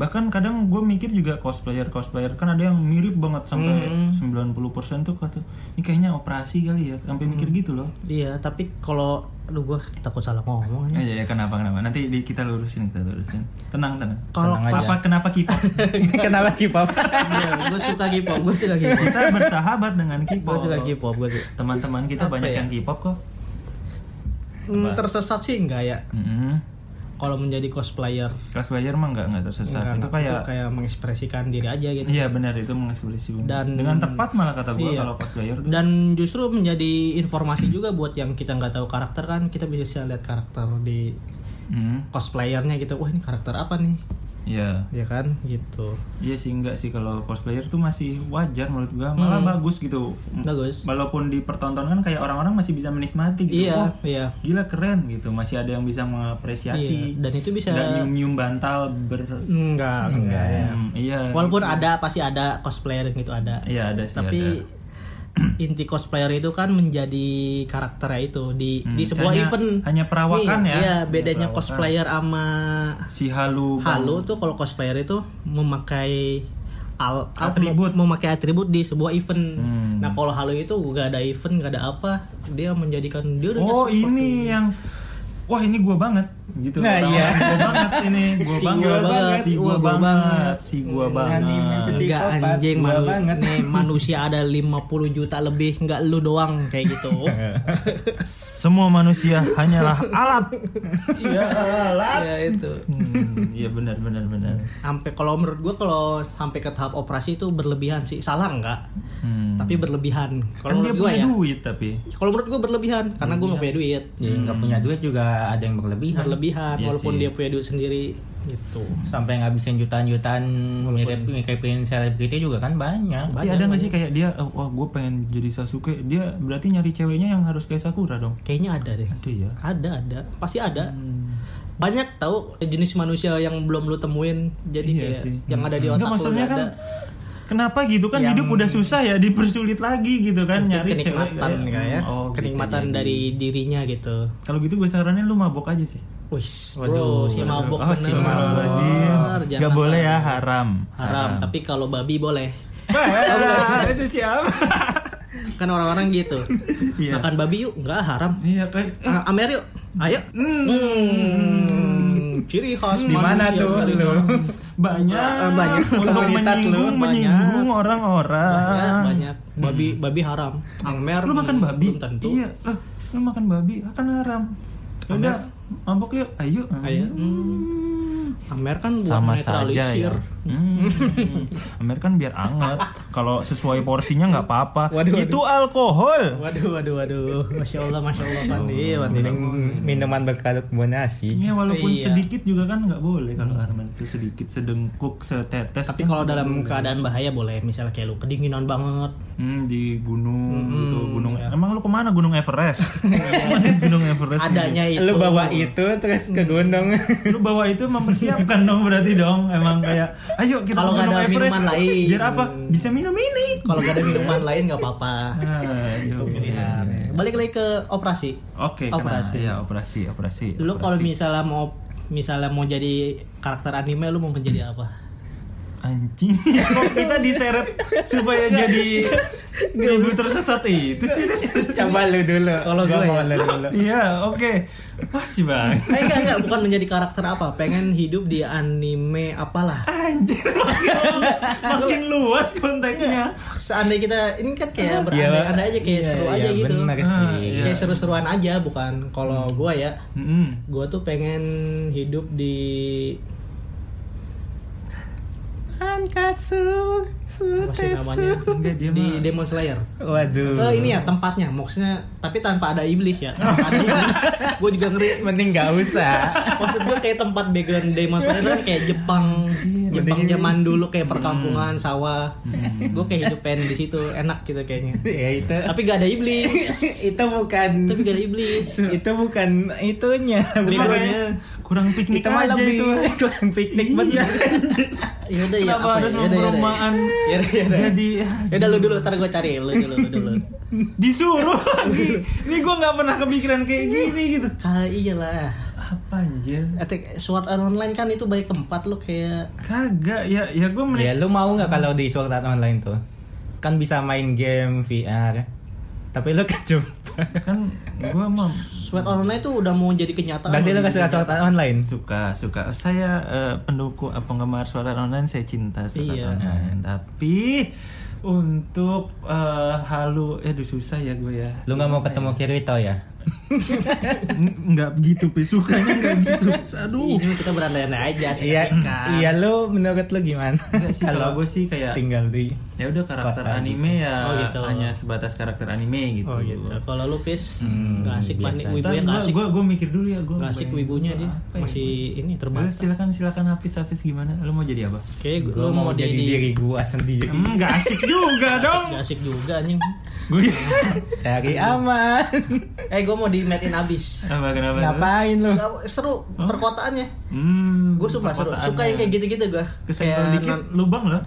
[SPEAKER 3] Bahkan kadang gue mikir juga cosplayer cosplayer kan ada yang mirip banget sampai 90% tuh kata ini kayaknya operasi kali ya sampai mikir gitu loh.
[SPEAKER 2] Iya, tapi kalau aduh gue takut salah ngomong.
[SPEAKER 3] Ya, ya, ya, kenapa kenapa nanti di- kita lurusin kita lurusin tenang tenang.
[SPEAKER 2] Kalau
[SPEAKER 1] Senang aja.
[SPEAKER 3] Apa kenapa K-pop?
[SPEAKER 1] kenapa K-pop
[SPEAKER 2] gue suka K-pop, gue suka K-pop.
[SPEAKER 3] kita bersahabat dengan
[SPEAKER 2] Gue suka
[SPEAKER 3] K-pop.
[SPEAKER 2] K-pop, gue suka.
[SPEAKER 3] Teman-teman kita
[SPEAKER 2] Apa ya?
[SPEAKER 3] banyak yang K-pop kok.
[SPEAKER 2] Hmm, tersesat sih enggak ya
[SPEAKER 3] Mm-mm.
[SPEAKER 2] kalau menjadi cosplayer.
[SPEAKER 3] Cosplayer Mm-hmm. mah nggak nggak tersesat.
[SPEAKER 2] Karena
[SPEAKER 3] Itu kayak
[SPEAKER 2] kayak mengekspresikan diri aja gitu.
[SPEAKER 3] Iya benar itu mengekspresikan
[SPEAKER 2] Dan-
[SPEAKER 3] dengan tepat malah kata gue
[SPEAKER 2] Iya.
[SPEAKER 3] kalau cosplayer tuh
[SPEAKER 2] Dan justru menjadi informasi juga buat yang kita nggak tahu karakter kan, kita bisa lihat karakter di
[SPEAKER 3] Hmm,
[SPEAKER 2] cosplayernya gitu. Wah, ini karakter apa nih?
[SPEAKER 3] Iya
[SPEAKER 2] Ya kan gitu.
[SPEAKER 3] Iya sih enggak sih kalau cosplayer tuh masih wajar menurut gua malah bagus gitu
[SPEAKER 2] Mm-hmm. Bagus.
[SPEAKER 3] walaupun dipertontonkan kayak orang-orang masih bisa menikmati gitu
[SPEAKER 2] Iya,
[SPEAKER 3] Wah,
[SPEAKER 2] iya.
[SPEAKER 3] gila keren gitu masih ada yang bisa mengapresiasi
[SPEAKER 2] Dan itu Iya. bisa
[SPEAKER 3] nggak nyium bantal ber
[SPEAKER 2] enggak, enggak.
[SPEAKER 3] Hmm, iya
[SPEAKER 2] Walaupun ada pasti ada cosplayer yang gitu ada.
[SPEAKER 3] iya ada sih
[SPEAKER 2] Tapi inti cosplayer itu kan menjadi karakternya itu di di sebuah
[SPEAKER 3] Hmm, hanya-
[SPEAKER 2] event.
[SPEAKER 3] hanya perawakan Iya.
[SPEAKER 2] Nih,
[SPEAKER 3] ya.
[SPEAKER 2] Iya, bedanya cosplayer sama
[SPEAKER 3] ada. si halu
[SPEAKER 2] halo tuh kalau cosplayer itu memakai al apa,
[SPEAKER 3] Atribut. Hmm.
[SPEAKER 2] mem- memakai atribut di sebuah event. Nah, kalau halo itu gak ada event, gak ada apa, dia menjadikan dirinya
[SPEAKER 3] oh
[SPEAKER 2] seperti-
[SPEAKER 3] ini yang wah ini gua banget gitu
[SPEAKER 1] Nah,
[SPEAKER 3] Orang-orang,
[SPEAKER 1] iya.
[SPEAKER 3] gua banget ini gua
[SPEAKER 2] Si
[SPEAKER 3] banget,
[SPEAKER 2] gua banget,
[SPEAKER 3] si gua,
[SPEAKER 2] wah, gua
[SPEAKER 3] banget
[SPEAKER 2] banget.
[SPEAKER 3] si gua
[SPEAKER 1] anime
[SPEAKER 3] banget
[SPEAKER 1] pes-
[SPEAKER 2] Enggak
[SPEAKER 1] Psikopat,
[SPEAKER 2] anjing
[SPEAKER 1] gua
[SPEAKER 2] manu-
[SPEAKER 1] banget.
[SPEAKER 2] nih, manusia ada 50 juta lebih enggak lu doang kayak gitu.
[SPEAKER 3] semua manusia hanyalah alat iya alat
[SPEAKER 2] ya itu.
[SPEAKER 3] Hmm, iya benar benar benar
[SPEAKER 2] Sampai kalau menurut gua kalau sampai ke tahap operasi itu berlebihan sih. Salah enggak?
[SPEAKER 3] Hmm.
[SPEAKER 2] Tapi berlebihan.
[SPEAKER 3] kan
[SPEAKER 2] Kalau
[SPEAKER 3] dia
[SPEAKER 2] menurut gua
[SPEAKER 3] punya
[SPEAKER 2] ya.
[SPEAKER 3] duit tapi Iya,
[SPEAKER 2] Kalau menurut gua berlebihan karena gua nggak punya duit.
[SPEAKER 1] Ya, nggak
[SPEAKER 2] Hmm.
[SPEAKER 1] punya duit juga ada yang berlebihan
[SPEAKER 2] Berlebihan
[SPEAKER 3] Iya
[SPEAKER 2] walaupun
[SPEAKER 3] sih.
[SPEAKER 2] dia punya duit sendiri gitu.
[SPEAKER 1] sampai ngabisin jutaan-jutaan mirip miripin selebriti juga kan banyak
[SPEAKER 3] Tapi ada nggak sih kayak dia oh, wah gue pengen jadi Sasuke dia berarti nyari ceweknya yang harus kayak Sakura dong
[SPEAKER 2] Kayaknya ada deh.
[SPEAKER 3] ada ya
[SPEAKER 2] Ada, ada. Pasti ada.
[SPEAKER 3] Hmm.
[SPEAKER 2] Banyak tahu jenis manusia yang belum lu temuin. Jadi
[SPEAKER 3] Iya
[SPEAKER 2] kayak
[SPEAKER 3] sih.
[SPEAKER 2] yang ada di otak
[SPEAKER 3] Enggak
[SPEAKER 2] lu
[SPEAKER 3] maksudnya
[SPEAKER 2] nggak
[SPEAKER 3] kan
[SPEAKER 2] ada.
[SPEAKER 3] kenapa gitu kan hidup udah susah ya dipersulit lagi gitu kan
[SPEAKER 2] Mungkin
[SPEAKER 3] nyari cewek
[SPEAKER 2] kenikmatan
[SPEAKER 3] kayak,
[SPEAKER 2] kayak ya.
[SPEAKER 3] hmm, oh, bisa
[SPEAKER 2] kenikmatan
[SPEAKER 3] jadi.
[SPEAKER 2] dari dirinya gitu.
[SPEAKER 3] Kalau gitu gue saranin lu mabok aja sih.
[SPEAKER 2] Wis, bro, si mabok
[SPEAKER 3] oh,
[SPEAKER 2] bener.
[SPEAKER 3] si mabok aja.
[SPEAKER 2] Jangan
[SPEAKER 3] Gak boleh ya haram.
[SPEAKER 2] haram, tapi kalau babi boleh.
[SPEAKER 3] Wah, itu siapa?
[SPEAKER 2] Kan orang-orang gitu.
[SPEAKER 3] Iya.
[SPEAKER 2] Makan babi yuk, enggak haram.
[SPEAKER 3] Iya kan.
[SPEAKER 2] Ah, Amer yuk. Ayo. Hmm. Ciri khas
[SPEAKER 1] di mana
[SPEAKER 2] manusia
[SPEAKER 1] tuh
[SPEAKER 2] paling-
[SPEAKER 1] lu
[SPEAKER 3] Banyak,
[SPEAKER 2] Ah,
[SPEAKER 1] Eh, banyak.
[SPEAKER 3] untuk
[SPEAKER 1] Komunitas lu,
[SPEAKER 3] menyinggung,
[SPEAKER 1] banyak.
[SPEAKER 3] menyinggung
[SPEAKER 2] Banyak,
[SPEAKER 3] orang-orang.
[SPEAKER 2] banyak. Ya, Babi babi haram. Amer
[SPEAKER 3] Ah. Lu makan
[SPEAKER 2] hmm,
[SPEAKER 3] babi?
[SPEAKER 2] belum tentu.
[SPEAKER 3] Iya. Eh, lu makan babi akan haram Ya udah mabok yuk ayo
[SPEAKER 2] Ayo. Hmm. Amer kan buat
[SPEAKER 4] Sama saja
[SPEAKER 2] netralisir.
[SPEAKER 4] ya.
[SPEAKER 3] Hmm. Amer kan biar anget kalau sesuai porsinya nggak apa-apa
[SPEAKER 2] Waduh, waduh.
[SPEAKER 3] itu alkohol
[SPEAKER 2] Waduh, waduh, waduh. Masya Allah, masya Allah, Pandi, Pandi.
[SPEAKER 1] Minum, minuman berkaluk buah nasi.
[SPEAKER 3] Ya, walaupun
[SPEAKER 2] Iya.
[SPEAKER 3] sedikit juga kan nggak boleh kalau Arman itu sedikit sedengkuk setetes
[SPEAKER 2] Tapi
[SPEAKER 3] kan
[SPEAKER 2] kalau dalam keadaan bahaya boleh, misalnya kayak lu kedinginan banget.
[SPEAKER 3] Hmm, di gunung
[SPEAKER 2] Hmm,
[SPEAKER 3] gitu gunung
[SPEAKER 2] ya.
[SPEAKER 3] emang lu kemana gunung Everest Kemana gunung Everest
[SPEAKER 2] Adanya itu.
[SPEAKER 1] Lu bawa itu terus ke gunung.
[SPEAKER 3] lu bawa itu mempersiapkan dong berarti dong emang kayak ayo kita
[SPEAKER 2] Kalau
[SPEAKER 3] ke
[SPEAKER 2] nggak
[SPEAKER 3] gunung
[SPEAKER 2] ada
[SPEAKER 3] Everest
[SPEAKER 2] minuman lain.
[SPEAKER 3] biar apa bisa minum ini
[SPEAKER 2] Kalau gak ada minuman lain nggak apa-apa.
[SPEAKER 3] Ah,
[SPEAKER 2] Itu
[SPEAKER 3] iya.
[SPEAKER 2] pilihan. Balik lagi ke operasi.
[SPEAKER 3] oke
[SPEAKER 2] Operasi.
[SPEAKER 3] operasi ya operasi operasi
[SPEAKER 2] Lu kalau misalnya mau misalnya mau jadi karakter anime lu mau menjadi apa?
[SPEAKER 3] anjing kok kita diseret supaya jadi ibu tersesat itu sih
[SPEAKER 1] Coba lu dulu.
[SPEAKER 2] Kalau
[SPEAKER 1] Gua
[SPEAKER 2] gua
[SPEAKER 1] mau
[SPEAKER 2] ya.
[SPEAKER 1] lu dulu.
[SPEAKER 3] iya oke Wah sih bang
[SPEAKER 2] Eh enggak enggak bukan menjadi karakter apa, pengen hidup di anime apalah.
[SPEAKER 3] anjir makin, makin luas konteksnya
[SPEAKER 2] Seandainya kita ini kan
[SPEAKER 3] Iya.
[SPEAKER 2] kayak berandai-andai aja kayak seru
[SPEAKER 1] Iya,
[SPEAKER 2] aja
[SPEAKER 1] iya,
[SPEAKER 2] gitu.
[SPEAKER 1] Benar
[SPEAKER 3] Ah,
[SPEAKER 1] sih.
[SPEAKER 3] iya. Hmm.
[SPEAKER 2] Kayak seru-seruan aja bukan kalau gua ya.
[SPEAKER 3] Mm-mm.
[SPEAKER 2] Gua tuh pengen hidup di
[SPEAKER 1] Ankatsu
[SPEAKER 2] apa sih namanya?
[SPEAKER 1] Sutetsu.
[SPEAKER 3] Enggak, dia
[SPEAKER 2] di
[SPEAKER 3] mah-
[SPEAKER 2] Demon Slayer. Eh,
[SPEAKER 1] Waduh.
[SPEAKER 2] ini ya tempatnya maksudnya tapi tanpa ada iblis ya. Tanpa ada iblis. gua juga ngeri
[SPEAKER 1] Mending gak usah.
[SPEAKER 2] maksud gue kayak tempat background Demon Slayer kan kayak Jepang
[SPEAKER 3] Iya,
[SPEAKER 2] Jepang zaman dulu kayak perkampungan
[SPEAKER 3] Hmm.
[SPEAKER 2] sawah gue kayak hidup pengen di situ enak gitu kayaknya
[SPEAKER 1] ya itu
[SPEAKER 2] tapi gak ada iblis
[SPEAKER 1] itu bukan
[SPEAKER 2] tapi gak ada iblis
[SPEAKER 1] itu bukan itunya. Bukan
[SPEAKER 2] Liburannya
[SPEAKER 3] kurang piknik
[SPEAKER 1] itu mah
[SPEAKER 3] aja
[SPEAKER 1] lebih
[SPEAKER 3] itu
[SPEAKER 1] bukan piknik
[SPEAKER 3] Iya,
[SPEAKER 1] bener.
[SPEAKER 3] anjir.
[SPEAKER 2] ya udah ya
[SPEAKER 3] kenapa
[SPEAKER 2] apa
[SPEAKER 3] harus
[SPEAKER 2] ya udah ya udah
[SPEAKER 3] memperumahan jadi
[SPEAKER 2] ya udah lu dulu ntar gue cari lu dulu lu dulu
[SPEAKER 3] disuruh lagi ini gue nggak pernah kepikiran kayak gini gitu
[SPEAKER 2] kalau iyalah
[SPEAKER 3] apa anjir
[SPEAKER 2] Attack Sword Art Online kan itu banyak tempat lu kayak
[SPEAKER 3] kagak ya ya gue
[SPEAKER 2] Iya.
[SPEAKER 1] ya lu mau nggak kalau di Sword Art Online tuh kan bisa main game VR tapi lu kan coba
[SPEAKER 3] kan gue mau
[SPEAKER 2] Sword Art Online tuh udah mau jadi kenyataan
[SPEAKER 1] berarti lu kasih Sword Art Online
[SPEAKER 3] suka suka saya eh, pendukung eh, penggemar suara online saya cinta suara
[SPEAKER 2] Iya.
[SPEAKER 3] online tapi untuk eh, halu aduh susah ya gue ya
[SPEAKER 1] lu nggak mau ketemu Kirito ya
[SPEAKER 3] N- nggak begitu pi sukanya nggak gitu aduh
[SPEAKER 2] ini kita berandai-andai aja sih
[SPEAKER 1] iya iya lu menurut lu gimana
[SPEAKER 3] Nggak sih, kalau
[SPEAKER 1] kalau
[SPEAKER 3] gue sih kayak
[SPEAKER 1] tinggal di
[SPEAKER 3] ya udah karakter
[SPEAKER 1] Kota
[SPEAKER 3] anime ya
[SPEAKER 2] Oh, gitu.
[SPEAKER 3] hanya sebatas karakter anime gitu.
[SPEAKER 2] oh gitu kalau lu pis nggak asik panik
[SPEAKER 3] Hmm, Ntar
[SPEAKER 2] wibunya nggak asik
[SPEAKER 3] gue gue mikir dulu ya gue.
[SPEAKER 2] Nggak asik wibunya dia masih ini
[SPEAKER 3] Boleh
[SPEAKER 2] terbatas.
[SPEAKER 3] silakan silakan habis habis gimana? Lu mau jadi apa?
[SPEAKER 2] Oke, gue
[SPEAKER 1] lu
[SPEAKER 2] mau
[SPEAKER 1] jadi
[SPEAKER 2] jadi
[SPEAKER 1] diri gua
[SPEAKER 2] Iya.
[SPEAKER 1] sendiri
[SPEAKER 3] Hmm, gak asik juga dong.
[SPEAKER 2] nggak asik juga anjing.
[SPEAKER 3] Gue
[SPEAKER 1] cari aman
[SPEAKER 2] Eh, gue mau di made in abis.
[SPEAKER 3] apa kenapa?
[SPEAKER 1] ngapain lu
[SPEAKER 2] Nggak, seru perkotaannya.
[SPEAKER 3] Hmm,
[SPEAKER 2] Gue suka seru. Suka yang kayak gitu-gitu gue.
[SPEAKER 3] kesempatan dikit lubang loh.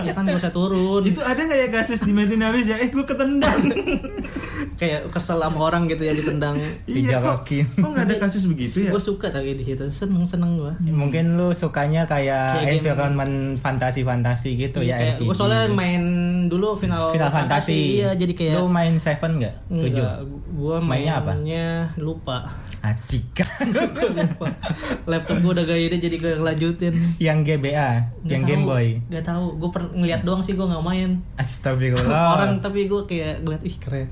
[SPEAKER 2] ya kan gak usah turun.
[SPEAKER 3] Itu ada nggak ya kasus di Metin habis ya? Eh gue ketendang.
[SPEAKER 2] kayak kesel sama orang gitu ya ditendang.
[SPEAKER 3] Iya, kok,
[SPEAKER 1] Dijarokin.
[SPEAKER 3] kok nggak ada kasus begitu ya?
[SPEAKER 2] Gue suka tapi di situ seneng seneng gue.
[SPEAKER 1] mungkin lu sukanya
[SPEAKER 2] Kayak
[SPEAKER 1] kayak
[SPEAKER 2] game-
[SPEAKER 1] environment fantasi-fantasi gitu ya
[SPEAKER 2] Kayak
[SPEAKER 1] RPG.
[SPEAKER 2] gue soalnya main dulu final,
[SPEAKER 1] Final Fantasy.
[SPEAKER 2] Iya, jadi kayak
[SPEAKER 1] Lu main Seven nggak? Tujuh. Ah,
[SPEAKER 2] gue
[SPEAKER 1] Mainnya
[SPEAKER 2] mainnya
[SPEAKER 1] apa?
[SPEAKER 2] lupa
[SPEAKER 1] Acika.
[SPEAKER 2] Gua lupa laptop gue udah gaya jadi gue lanjutin
[SPEAKER 1] yang GBA, yang Game Boy.
[SPEAKER 2] Gak tau, gue per- ngeliat doang sih gue gak main Orang
[SPEAKER 1] Astagfirullah.
[SPEAKER 2] tapi gue kayak ngeliat, ih keren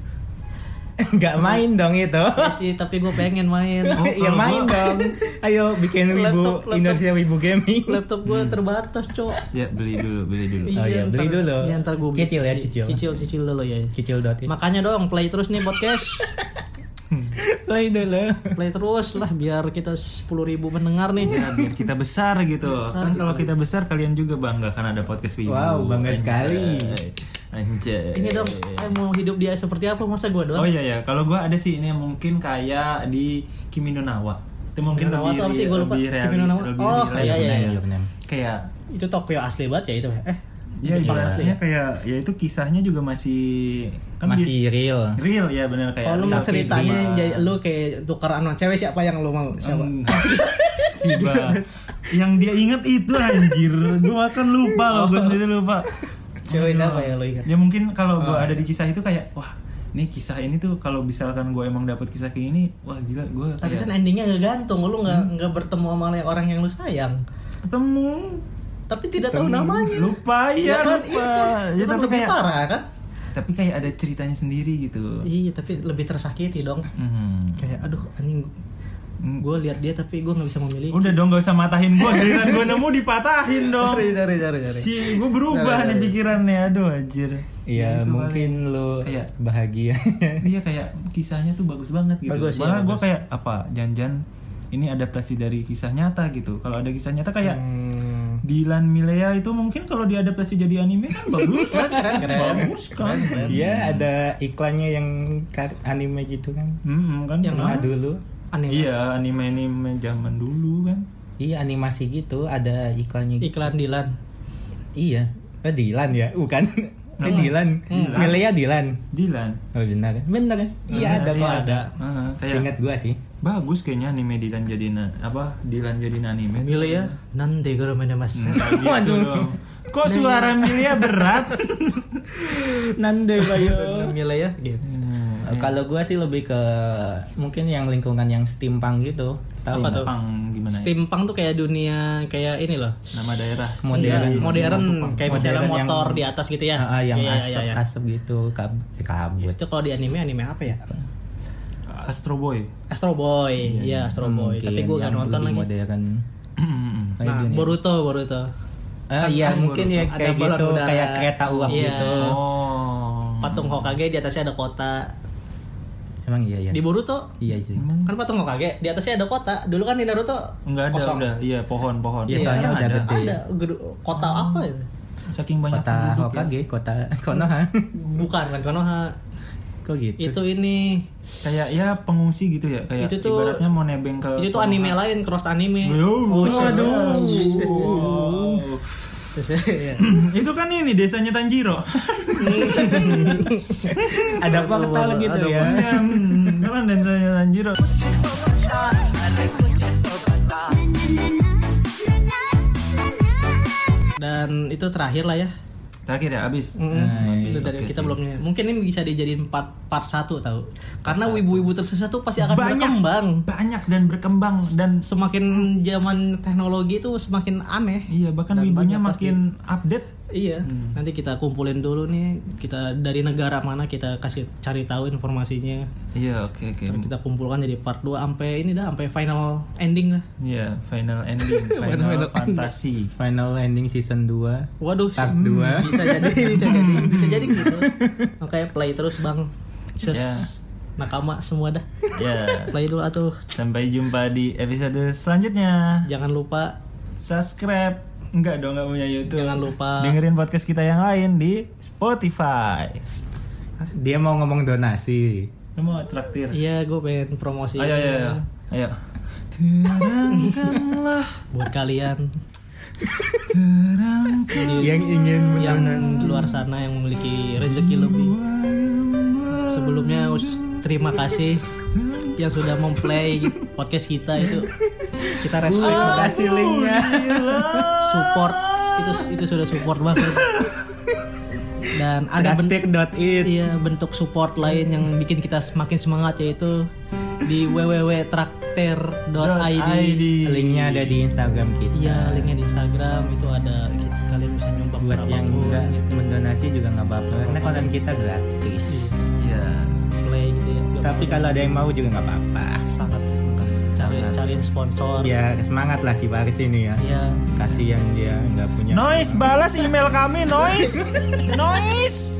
[SPEAKER 1] nggak main dong itu.
[SPEAKER 2] Iya sih, tapi gue pengen main
[SPEAKER 1] ya main dong. Ayo bikin
[SPEAKER 2] Oh,
[SPEAKER 1] wibu
[SPEAKER 2] Laptop, laptop.
[SPEAKER 1] Indonesia Wibu Gaming.
[SPEAKER 2] Laptop gue terbatas cok
[SPEAKER 3] Ya beli dulu, beli dulu.
[SPEAKER 1] Oh iya, beli
[SPEAKER 2] ntar-
[SPEAKER 1] dulu.
[SPEAKER 2] Iya ntar gue
[SPEAKER 1] Cicil ya, cicil.
[SPEAKER 2] Cicil, cicil dulu ya
[SPEAKER 1] Kecil dot.
[SPEAKER 2] Makanya dong play terus nih podcast
[SPEAKER 1] Play dulu.
[SPEAKER 2] Play terus lah biar kita 10.000 ribu mendengar nih
[SPEAKER 3] Ya, biar kita besar gitu. kan kalau kita besar kalian juga bangga kan ada podcast Wibu.
[SPEAKER 1] Wow, bangga
[SPEAKER 3] Anjay.
[SPEAKER 1] sekali.
[SPEAKER 3] Anjay.
[SPEAKER 2] Ini dong, ayo mau hidup dia seperti apa masa gue doang
[SPEAKER 3] iya, Oh iya ya, kalau gua ada sih ini yang mungkin kayak di Kimi no Nawa. Itu mungkin
[SPEAKER 2] Kimi no Nawa
[SPEAKER 3] lebih
[SPEAKER 2] tuh apa sih? Gua lupa.
[SPEAKER 3] lebih reali-
[SPEAKER 2] Kimi no Nawa.
[SPEAKER 3] lebih
[SPEAKER 2] Oh,
[SPEAKER 3] reali-
[SPEAKER 2] iya, iya,
[SPEAKER 1] iya, benar.
[SPEAKER 3] Kayak
[SPEAKER 2] Itu Tokyo asli banget ya itu ya Eh
[SPEAKER 3] ya ibaratnya kayak ya itu kisahnya juga masih kan bi-
[SPEAKER 1] Masih real.
[SPEAKER 3] real ya benar kayak.
[SPEAKER 2] Oh lu mau
[SPEAKER 3] real.
[SPEAKER 2] ceritanya jadi lu kayak tukar anu cewek siapa yang lu mau siapa?
[SPEAKER 3] Siba. yang dia inget itu anjir. Gua kan lupa
[SPEAKER 2] Oh.
[SPEAKER 3] loh, gua sendiri lupa.
[SPEAKER 2] Cewek siapa yang lu ingat?
[SPEAKER 3] Ya mungkin
[SPEAKER 2] Oh,
[SPEAKER 3] kalau gua ada di
[SPEAKER 2] iya.
[SPEAKER 3] kisah itu kayak wah, ini kisah ini tuh kalau misalkan gua emang dapet kisah kayak gini, wah gila gua
[SPEAKER 2] Tapi
[SPEAKER 3] kayak
[SPEAKER 2] kan endingnya nggak gantung, lu nggak nggak bertemu sama orang yang lu sayang,
[SPEAKER 3] ketemu
[SPEAKER 2] tapi tidak tahu namanya.
[SPEAKER 3] lupa ya
[SPEAKER 2] kan,
[SPEAKER 3] lupa
[SPEAKER 2] itu,
[SPEAKER 3] ya
[SPEAKER 2] itu kan
[SPEAKER 3] tapi
[SPEAKER 2] lebih
[SPEAKER 3] kayak
[SPEAKER 2] parah kan?
[SPEAKER 3] tapi kayak ada ceritanya sendiri gitu
[SPEAKER 2] Iya tapi lebih tersakiti dong
[SPEAKER 3] Mhm.
[SPEAKER 2] Kayak aduh anjing
[SPEAKER 3] Hmm.
[SPEAKER 2] Gue lihat dia tapi gue gak bisa memilih
[SPEAKER 3] udah dong gak usah matahin gue giliran gue nemu dipatahin dong
[SPEAKER 2] Cari cari cari cari
[SPEAKER 3] si gue berubah nih pikirannya aduh anjir
[SPEAKER 1] Iya
[SPEAKER 3] Gitu
[SPEAKER 1] mungkin lu
[SPEAKER 3] Iya.
[SPEAKER 1] bahagia.
[SPEAKER 3] Iya kayak kisahnya tuh bagus banget gitu.
[SPEAKER 2] Bagus,
[SPEAKER 3] Malah gue kayak apa? Janjan ini adaptasi dari kisah nyata gitu. Kalau ada kisah nyata kayak
[SPEAKER 1] Hmm.
[SPEAKER 3] Dilan Milea itu mungkin kalau diadaptasi jadi anime kan bagus kan? Bagus kan?
[SPEAKER 1] Iya ada iklannya yang kar- anime gitu kan.
[SPEAKER 3] Hmm, kan?
[SPEAKER 2] Yang
[SPEAKER 3] Ah,
[SPEAKER 1] Nah dulu.
[SPEAKER 2] Aneh
[SPEAKER 3] Iya anime-anime zaman dulu kan.
[SPEAKER 1] Iya animasi gitu ada iklannya. gitu.
[SPEAKER 2] Iklan Dilan
[SPEAKER 1] iya. Eh Dilan ya bukan. Eh Dilan. Milea Dilan.
[SPEAKER 3] Dilan.
[SPEAKER 1] Oh benar. Benar. Iya ada kok ada.
[SPEAKER 3] Ah, kayak
[SPEAKER 1] Seingat gua sih.
[SPEAKER 3] bagus kayaknya anime Dilan jadi apa? Dilan jadi anime.
[SPEAKER 1] Iya.
[SPEAKER 2] Milih ya Nanti gue mana mas
[SPEAKER 3] Kayak gitu doang. Kok suara Milea berat?
[SPEAKER 1] Nande bayo.
[SPEAKER 2] Milih ya gitu
[SPEAKER 3] Iya.
[SPEAKER 1] Kalau gua sih lebih ke mungkin yang lingkungan yang steampunk gitu. Tahu apa tuh?
[SPEAKER 3] Pang Iya. gimana? ya?
[SPEAKER 2] Steampunk tuh kayak dunia kayak ini loh
[SPEAKER 3] Nama daerah.
[SPEAKER 1] Modern.
[SPEAKER 2] Iya, modern kayak misalnya
[SPEAKER 1] Modern yang-
[SPEAKER 2] motor di atas gitu ya
[SPEAKER 1] Ah, ah, yang
[SPEAKER 2] Iya, iya,
[SPEAKER 1] asap
[SPEAKER 2] iya, iya.
[SPEAKER 1] asap gitu kab eh, kabut.
[SPEAKER 2] itu kalau di anime anime apa ya
[SPEAKER 3] Astro Boy.
[SPEAKER 2] Astro Boy iya Astro
[SPEAKER 1] hmm,
[SPEAKER 2] Boy tapi gue gak nonton lagi
[SPEAKER 1] Modern.
[SPEAKER 2] nah Boruto Boruto
[SPEAKER 1] Ah, iya mungkin ya
[SPEAKER 2] Ada
[SPEAKER 1] kayak
[SPEAKER 2] balon
[SPEAKER 1] gitu
[SPEAKER 2] udara.
[SPEAKER 1] kayak kereta uap
[SPEAKER 2] Iya.
[SPEAKER 1] gitu.
[SPEAKER 3] oh.
[SPEAKER 2] patung Hokage di atasnya ada kota
[SPEAKER 1] Emang iya ya.
[SPEAKER 2] di Boruto
[SPEAKER 1] Iya sih.
[SPEAKER 2] kan patung Hokage di atasnya ada kota dulu kan di Naruto
[SPEAKER 3] Enggak ada udah. Iya, pohon-pohon.
[SPEAKER 1] Iya, soalnya udah
[SPEAKER 3] ada.
[SPEAKER 1] gede.
[SPEAKER 2] ada gedu- kota apa ya
[SPEAKER 3] Saking banyak
[SPEAKER 1] Kota
[SPEAKER 3] penduduk ya.
[SPEAKER 1] Hokage, kota Konoha.
[SPEAKER 2] bukan kan Konoha
[SPEAKER 1] Kok gitu?
[SPEAKER 2] itu ini
[SPEAKER 3] Kayak ya pengungsi gitu ya, kayak
[SPEAKER 2] Itu tuh-
[SPEAKER 3] ibaratnya mau nebeng ke
[SPEAKER 2] itu tuh anime lain cross anime Oh,
[SPEAKER 3] Wow.
[SPEAKER 1] Oh, iya.
[SPEAKER 2] aduh.
[SPEAKER 3] Wow. itu kan ini desanya Tanjiro.
[SPEAKER 1] Ada apa ketawa gitu ya?
[SPEAKER 3] ya, hmm, itu kan desanya Tanjiro.
[SPEAKER 2] dan itu terakhir lah ya
[SPEAKER 3] Terakhir ya habis.
[SPEAKER 1] Nah,
[SPEAKER 2] Itu dari kita belum mungkin ini bisa dijadiin part part satu tahu karena wibu-wibu tersesat tuh pasti akan
[SPEAKER 3] Banyak.
[SPEAKER 2] berkembang
[SPEAKER 3] Banyak dan berkembang dan
[SPEAKER 2] semakin zaman teknologi itu semakin aneh
[SPEAKER 3] iya bahkan wibunya makin update.
[SPEAKER 2] iya nanti kita kumpulin dulu nih kita dari negara mana kita kasih cari tahu informasinya
[SPEAKER 3] Iya, oke oke.
[SPEAKER 2] kita kumpulkan jadi part 2 sampai ini dah sampai final ending lah
[SPEAKER 3] Iya, final ending, final fantasi.
[SPEAKER 1] Final ending season 2.
[SPEAKER 2] waduh
[SPEAKER 1] Part
[SPEAKER 2] hmm,
[SPEAKER 1] dua.
[SPEAKER 2] bisa jadi bisa jadi bisa jadi gitu oke play terus bang ses
[SPEAKER 3] Ya.
[SPEAKER 2] nakama semua dah
[SPEAKER 3] Ya.
[SPEAKER 2] play dulu atuh
[SPEAKER 3] Sampai jumpa di episode selanjutnya.
[SPEAKER 2] jangan lupa
[SPEAKER 3] Subscribe. Enggak dong, enggak punya YouTube.
[SPEAKER 2] jangan lupa
[SPEAKER 3] Dengerin podcast kita yang lain di Spotify.
[SPEAKER 1] Dia mau ngomong donasi.
[SPEAKER 3] Lu mau traktir?
[SPEAKER 2] Iya, gue pengen promosi
[SPEAKER 3] Ayo, ayo, ayo. Ayo. Terangkanlah,
[SPEAKER 2] buat kalian
[SPEAKER 3] terangkanlah
[SPEAKER 1] Yang ingin
[SPEAKER 2] yang di luar sana yang memiliki rezeki lebih. Sebelumnya us- terima kasih yang sudah memplay podcast kita itu. Kita respect banget.
[SPEAKER 1] kasih
[SPEAKER 2] iya.
[SPEAKER 1] linknya.
[SPEAKER 2] support itu itu sudah support banget. Dan ada bentuk
[SPEAKER 1] Traktik.it
[SPEAKER 2] iya bentuk support lain yang bikin kita semakin semangat yaitu di www.trakter.id.
[SPEAKER 3] ID.
[SPEAKER 1] Linknya ada di Instagram kita.
[SPEAKER 2] Iya, linknya di Instagram itu ada gitu, kalian bisa nyumbang
[SPEAKER 1] Buat
[SPEAKER 2] berapa
[SPEAKER 1] yang
[SPEAKER 2] pun,
[SPEAKER 1] enggak mendonasi juga nggak apa-apa karena konten kita gratis.
[SPEAKER 3] Iya.
[SPEAKER 2] play gitu ya. Udah
[SPEAKER 1] Tapi kalau ada yang mau juga nggak apa-apa.
[SPEAKER 2] sangat terima kasih. Cari cariin sponsor. Iya.
[SPEAKER 1] Dia semangat lah si Baris ini ya. Kasihan dia nggak punya.
[SPEAKER 3] Noise balas email kami, noise. noise.